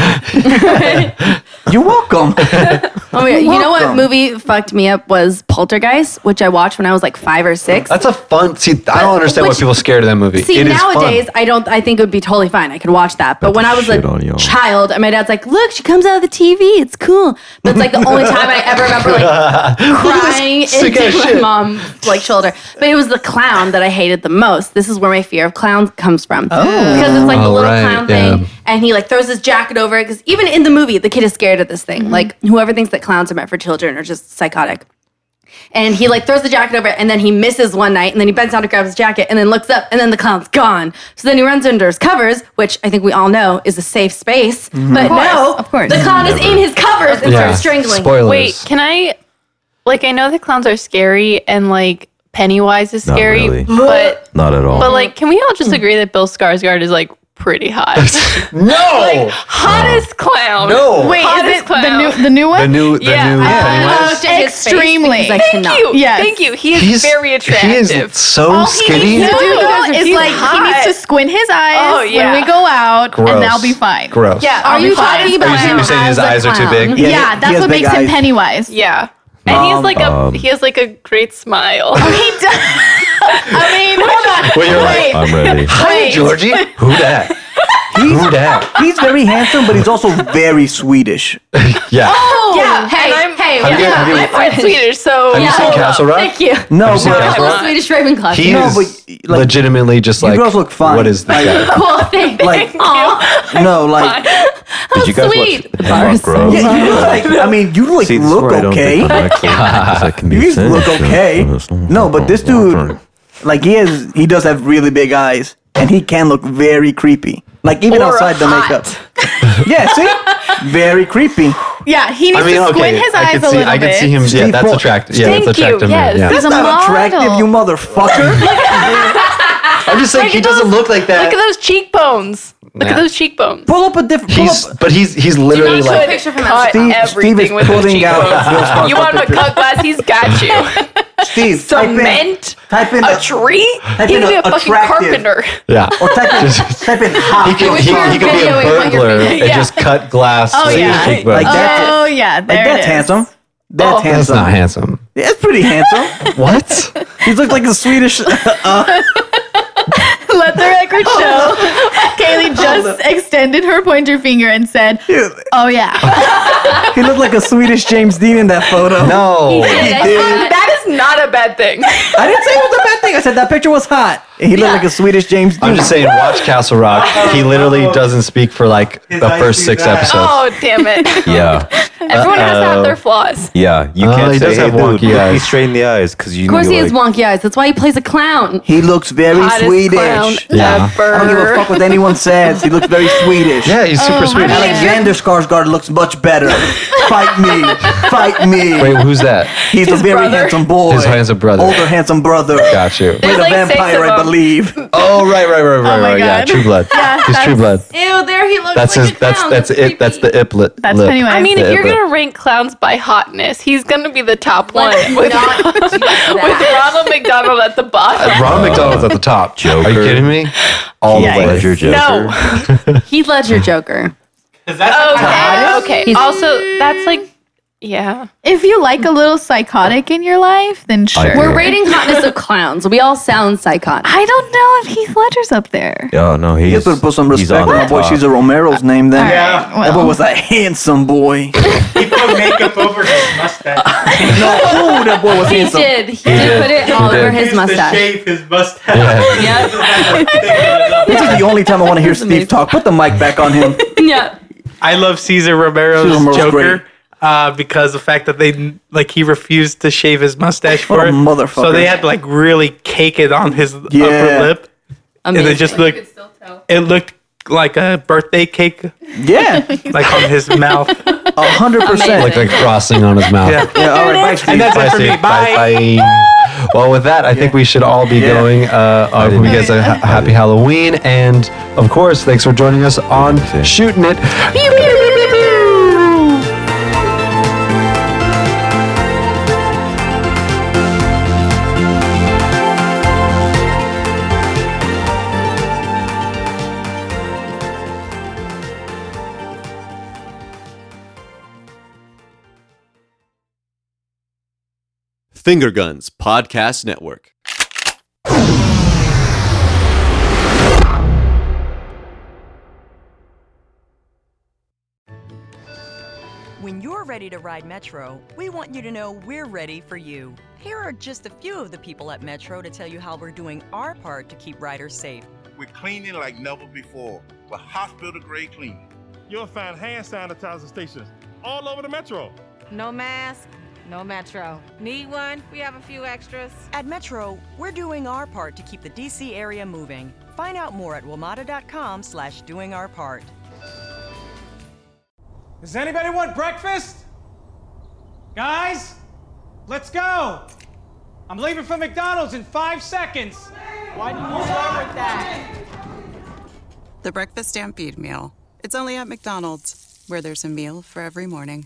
Speaker 3: You're welcome.
Speaker 5: Oh my God. You know what
Speaker 3: welcome.
Speaker 5: movie fucked me up was Poltergeist, which I watched when I was like five or six.
Speaker 1: That's a fun. See, I don't understand
Speaker 5: Which-
Speaker 1: why people are scared of that movie.
Speaker 5: See,
Speaker 1: It is fun.
Speaker 5: nowadays I don't. I think it would be totally fine. I could watch that. But
Speaker 10: About
Speaker 5: when
Speaker 10: to
Speaker 5: I was
Speaker 10: shit on
Speaker 5: a
Speaker 10: y'all.
Speaker 5: child, and my dad's like, "Look, she comes out of the TV. It's cool." But it's like the only time I ever remember
Speaker 1: (laughs)
Speaker 5: like crying
Speaker 1: sick-ass
Speaker 5: into my
Speaker 1: shit.
Speaker 5: mom's like shoulder. But it was the clown that I hated the most. This is where my fear of clowns comes from. Oh, because it's like the
Speaker 1: Oh,
Speaker 5: little
Speaker 1: right,
Speaker 5: clown
Speaker 1: yeah.
Speaker 5: thing, and he like throws his jacket over it. Because even in the movie, the kid is scared of this thing.
Speaker 1: Mm-hmm.
Speaker 5: Like whoever thinks that clowns are meant for children are just psychotic. And he like throws the jacket over it, and then he misses one night, and then he bends down to grab his jacket, and then looks up, and then the clown's gone. So then he runs under his covers, which I think we all know is a safe space.
Speaker 1: Mm-hmm.
Speaker 5: But
Speaker 7: course,
Speaker 5: no,
Speaker 7: of course.
Speaker 5: the clown is in his covers and
Speaker 1: Yeah.
Speaker 5: starts strangling.
Speaker 1: Spoilers.
Speaker 4: Wait, can I? Like, I know the clowns are scary and like Pennywise is
Speaker 10: Not
Speaker 4: scary,
Speaker 10: really.
Speaker 4: but
Speaker 10: Not at all.
Speaker 4: but like, can we all just agree that Bill Skarsgård is like pretty hot?
Speaker 1: no,
Speaker 4: Hottest clown.
Speaker 1: No.
Speaker 7: Wait,
Speaker 4: Hottest
Speaker 7: is it the
Speaker 4: clown.
Speaker 7: new the new one?
Speaker 1: the new, the
Speaker 4: Yeah,
Speaker 7: Oh,
Speaker 1: new
Speaker 4: I
Speaker 1: Pennywise.
Speaker 5: Looked at his face
Speaker 7: Extremely.
Speaker 5: because I
Speaker 7: Thank
Speaker 5: cannot.
Speaker 4: Thank you.
Speaker 7: Yes.
Speaker 4: Thank you. He is
Speaker 1: He's-
Speaker 4: very attractive.
Speaker 1: He is so
Speaker 4: All he
Speaker 1: skinny.
Speaker 4: needs to
Speaker 7: No,
Speaker 4: do
Speaker 7: no,
Speaker 4: is
Speaker 7: is like he needs to squint his eyes
Speaker 4: Oh, yeah.
Speaker 7: when we go out,
Speaker 1: Gross.
Speaker 7: and that'll be fine.
Speaker 1: Gross.
Speaker 4: Yeah.
Speaker 5: Are
Speaker 4: I'll be
Speaker 5: you
Speaker 4: fine.
Speaker 5: talking about
Speaker 1: You're saying-
Speaker 5: him
Speaker 1: you're saying
Speaker 5: as
Speaker 1: his
Speaker 5: a
Speaker 1: eyes are too
Speaker 5: clown?
Speaker 1: big?
Speaker 7: Yeah,
Speaker 3: he- he
Speaker 7: that's
Speaker 3: has
Speaker 7: what
Speaker 3: big
Speaker 7: makes him
Speaker 3: eyes.
Speaker 7: Pennywise.
Speaker 4: Yeah. And he's
Speaker 3: Um,
Speaker 4: like a
Speaker 10: um,
Speaker 4: he has like a great smile.
Speaker 7: (laughs) He does. (laughs) I mean, hold on.
Speaker 1: When you're
Speaker 7: Wait.
Speaker 1: like,
Speaker 3: (laughs)
Speaker 10: I'm ready.
Speaker 1: "Hey,
Speaker 7: Wait.
Speaker 1: Georgie, who that? who that?
Speaker 3: He's very handsome, but he's also very Swedish.
Speaker 1: Yeah.
Speaker 5: Yeah, hey,
Speaker 4: and I'm,
Speaker 5: hey,
Speaker 1: Oh, Have you-
Speaker 4: (laughs)
Speaker 5: yeah.
Speaker 1: have you-
Speaker 4: I'm part Swedish, so
Speaker 1: Have you seen
Speaker 4: hold up.
Speaker 1: Castle Rock?
Speaker 5: Thank you.
Speaker 3: No,
Speaker 1: Have you seen
Speaker 3: but
Speaker 1: Castle
Speaker 5: The
Speaker 1: Rock?
Speaker 5: Swedish Ravenclaw.
Speaker 1: He
Speaker 3: No,
Speaker 1: is
Speaker 3: but, like,
Speaker 1: legitimately just like.
Speaker 3: girls look fine.
Speaker 1: What is this
Speaker 3: Like-
Speaker 1: guy?
Speaker 5: cool
Speaker 1: (laughs)
Speaker 5: thing.
Speaker 3: Like-
Speaker 5: Aw,
Speaker 3: no, like,
Speaker 10: Did you guys
Speaker 5: sweet.
Speaker 10: watch Hemlock Grove?
Speaker 3: yeah, you look like I mean, you like
Speaker 10: See, this
Speaker 3: look
Speaker 10: is where
Speaker 3: okay.
Speaker 10: I don't think I'm actually, 'cause I can be
Speaker 3: You just
Speaker 10: sensitive
Speaker 3: look okay.
Speaker 10: to this.
Speaker 3: No, but this dude, like he is, he does have really big eyes, and he can look very creepy. Like even
Speaker 4: Or
Speaker 3: outside the
Speaker 4: hot.
Speaker 3: makeup. (laughs) yeah, see, very creepy.
Speaker 7: Yeah, he needs
Speaker 1: I mean,
Speaker 7: to squint
Speaker 1: okay.
Speaker 7: his
Speaker 1: I
Speaker 7: eyes
Speaker 1: could
Speaker 7: a
Speaker 1: see.
Speaker 7: little
Speaker 1: I
Speaker 7: bit.
Speaker 1: could see him. Yeah,
Speaker 3: Steve
Speaker 1: that's
Speaker 3: Ball-
Speaker 1: attractive. Yeah,
Speaker 4: Thank
Speaker 1: that's
Speaker 4: you,
Speaker 1: attractive. man,
Speaker 4: yes.
Speaker 1: Yeah.
Speaker 7: He's a
Speaker 3: Not
Speaker 7: model.
Speaker 3: attractive, you
Speaker 4: (laughs)
Speaker 3: motherfucker.
Speaker 1: I'm just saying he doesn't look like
Speaker 4: Look
Speaker 1: that.
Speaker 4: at those cheekbones. Look
Speaker 1: Nah.
Speaker 4: at those cheekbones.
Speaker 3: pull up a different. Pull
Speaker 1: He's,
Speaker 3: up.
Speaker 1: but he's he's literally
Speaker 4: You
Speaker 1: like.
Speaker 4: could
Speaker 5: picture from
Speaker 4: cut
Speaker 3: Steve-
Speaker 4: everything
Speaker 3: Steve is
Speaker 4: with those
Speaker 3: pulling out Bill's
Speaker 4: cheekbones.
Speaker 3: car
Speaker 4: You want him to cut glass? He's got you.
Speaker 3: Steve,
Speaker 4: Cement.
Speaker 3: Type in, type in
Speaker 4: A tree?
Speaker 3: Type
Speaker 4: He
Speaker 3: in
Speaker 4: could be a
Speaker 3: a-
Speaker 4: fucking
Speaker 3: attractive.
Speaker 4: carpenter.
Speaker 1: (laughs) Yeah.
Speaker 4: (laughs)
Speaker 3: or type in, type in hot.
Speaker 1: He could, he, he could be a
Speaker 5: videoing what you're
Speaker 1: burglar
Speaker 5: feeling.
Speaker 1: and just cut glass
Speaker 7: Oh,
Speaker 1: with his
Speaker 7: yeah.
Speaker 1: cheekbones.
Speaker 3: Like that.
Speaker 7: Oh yeah, there
Speaker 3: like
Speaker 7: it is.
Speaker 3: that's handsome. That's
Speaker 4: Oh.
Speaker 1: That's
Speaker 3: handsome.
Speaker 1: not handsome.
Speaker 3: That's pretty handsome.
Speaker 1: What?
Speaker 3: he looks like a Swedish.
Speaker 7: (laughs)
Speaker 3: (laughs)
Speaker 7: Let the record show. (laughs) Kaylee just extended her pointer finger and said, "Oh yeah."
Speaker 3: he looked like a Swedish James Dean in that
Speaker 1: (laughs)
Speaker 3: photo.
Speaker 1: No.
Speaker 7: (laughs)
Speaker 4: (laughs) That is not a bad thing.
Speaker 3: I didn't say it was a bad thing. I said that picture was hot. And he looked like a Swedish James Dean.
Speaker 1: I'm just saying, watch Castle Rock. He literally doesn't speak for like the
Speaker 11: eyes
Speaker 1: first
Speaker 11: do
Speaker 1: six
Speaker 11: that.
Speaker 1: episodes.
Speaker 4: Oh, damn it.
Speaker 10: Yeah,
Speaker 4: (laughs) Everyone has to have their flaws.
Speaker 10: yeah. You
Speaker 1: Oh,
Speaker 10: can't
Speaker 1: he
Speaker 10: say,
Speaker 1: does
Speaker 10: "Hey,
Speaker 1: have wonky
Speaker 10: dude, look me
Speaker 1: eyes."
Speaker 10: straight in the eyes," because you.
Speaker 5: Of course,
Speaker 10: like,
Speaker 5: he has wonky eyes. That's why he plays a clown.
Speaker 3: he looks very
Speaker 4: Hottest
Speaker 3: Swedish.
Speaker 4: clown
Speaker 1: Yeah.
Speaker 4: ever.
Speaker 3: I don't give a fuck what anyone says. He looks very Swedish.
Speaker 1: Yeah, he's super sweet.
Speaker 3: Alexander Skarsgård looks much better. Fight me. Fight me.
Speaker 1: Wait, who's that?
Speaker 3: He's a very
Speaker 4: brother.
Speaker 3: handsome boy.
Speaker 1: His handsome brother.
Speaker 3: Older handsome brother.
Speaker 1: Got you.
Speaker 3: Played a
Speaker 4: There's like six
Speaker 3: vampire,
Speaker 4: of
Speaker 3: I
Speaker 4: them.
Speaker 3: believe.
Speaker 1: Oh, right, right, right, right,
Speaker 7: my
Speaker 1: right. Yeah,
Speaker 7: God.
Speaker 1: True Blood. he's True Blood.
Speaker 5: Ew, there he looks
Speaker 1: That's
Speaker 5: like
Speaker 1: his.
Speaker 5: a clown.
Speaker 1: That's that's it. That's the iplet.
Speaker 7: That's
Speaker 1: lip.
Speaker 7: Pennywise.
Speaker 4: I mean, if
Speaker 1: Yeah,
Speaker 4: you're
Speaker 1: but-
Speaker 4: gonna rank clowns by hotness, he's gonna be the top one with,
Speaker 5: not do
Speaker 4: with
Speaker 1: (laughs)
Speaker 5: that. (laughs)
Speaker 4: Ronald McDonald at the bottom.
Speaker 1: Ron McDonald's at the top.
Speaker 10: Joker.
Speaker 1: Are you kidding me? All the way.
Speaker 10: Ledger
Speaker 3: (laughs)
Speaker 10: Joker.
Speaker 4: No.
Speaker 5: Heath Ledger Joker.
Speaker 11: Is that
Speaker 4: Okay. Okay.
Speaker 5: He's-
Speaker 4: also, that's like
Speaker 12: Yeah.
Speaker 13: If you like a little psychotic in your life, then sure.
Speaker 5: We're rating hotness of clowns. We all sound psychotic.
Speaker 13: I don't know if Heath Ledger's up there.
Speaker 14: Oh no, he's
Speaker 3: You better put some
Speaker 14: he's
Speaker 3: respect
Speaker 14: on
Speaker 3: on
Speaker 14: the
Speaker 3: that boy.
Speaker 14: top.
Speaker 3: She's a Romero's name then.
Speaker 8: Yeah.
Speaker 13: Well,
Speaker 3: That boy was a handsome
Speaker 4: (laughs)
Speaker 3: boy. no,
Speaker 8: He put makeup over his mustache.
Speaker 3: oh, that boy was
Speaker 5: He
Speaker 3: handsome.
Speaker 5: did. He, did put it all
Speaker 14: did.
Speaker 5: over
Speaker 8: He
Speaker 5: his
Speaker 8: used to
Speaker 5: mustache.
Speaker 8: shave his mustache.
Speaker 1: (laughs)
Speaker 14: Yeah.
Speaker 3: This is the only time I want to hear
Speaker 5: That's
Speaker 3: Steve
Speaker 5: amazing.
Speaker 3: talk. Put the mic back on him.
Speaker 5: Yeah.
Speaker 8: I love Caesar
Speaker 3: Caesar
Speaker 8: Romero's
Speaker 3: Romero's
Speaker 8: Joker
Speaker 3: great.
Speaker 8: uh, because the fact that they like he refused to shave his mustache
Speaker 3: What
Speaker 8: for
Speaker 3: a
Speaker 8: it,
Speaker 3: motherfucker.
Speaker 8: so they had to like really cake it on his
Speaker 3: Yeah.
Speaker 8: upper lip, and it just looked it looked like a birthday cake
Speaker 4: (laughs)
Speaker 3: Yeah,
Speaker 8: like on his
Speaker 3: (laughs)
Speaker 8: mouth.
Speaker 3: a hundred
Speaker 1: (laughs)
Speaker 3: percent.
Speaker 1: like like frosting on his mouth.
Speaker 8: Yeah.
Speaker 3: Yeah, all right, bye, Steve.
Speaker 8: And that's it for me.
Speaker 1: Bye,
Speaker 8: Bye.
Speaker 1: Steve. Bye. Well, with that, I think we should all be
Speaker 3: Yeah.
Speaker 1: going. Uh, I hope you guys a ha- happy Halloween, and of course, thanks for joining us on Shooting It.
Speaker 2: Finger Guns Podcast Network.
Speaker 4: When you're ready to ride Metro, we want you to know we're ready for you. Here are just a few of the people at Metro to tell you how we're doing our part to keep riders safe.
Speaker 15: We're cleaning like never before with hospital grade cleaning.
Speaker 16: You'll find hand sanitizer stations all over the metro.
Speaker 4: No mask, no Metro. Need one? We have a few extras. At Metro, we're doing our part to keep the DC area moving. Find out more at WMATA.com slash doing our part.
Speaker 17: Does anybody want breakfast? Guys, let's go. I'm leaving for McDonald's in five seconds. Why didn't you start with that?
Speaker 10: The Breakfast Stampede Meal. It's only at McDonald's, where there's a meal for every morning.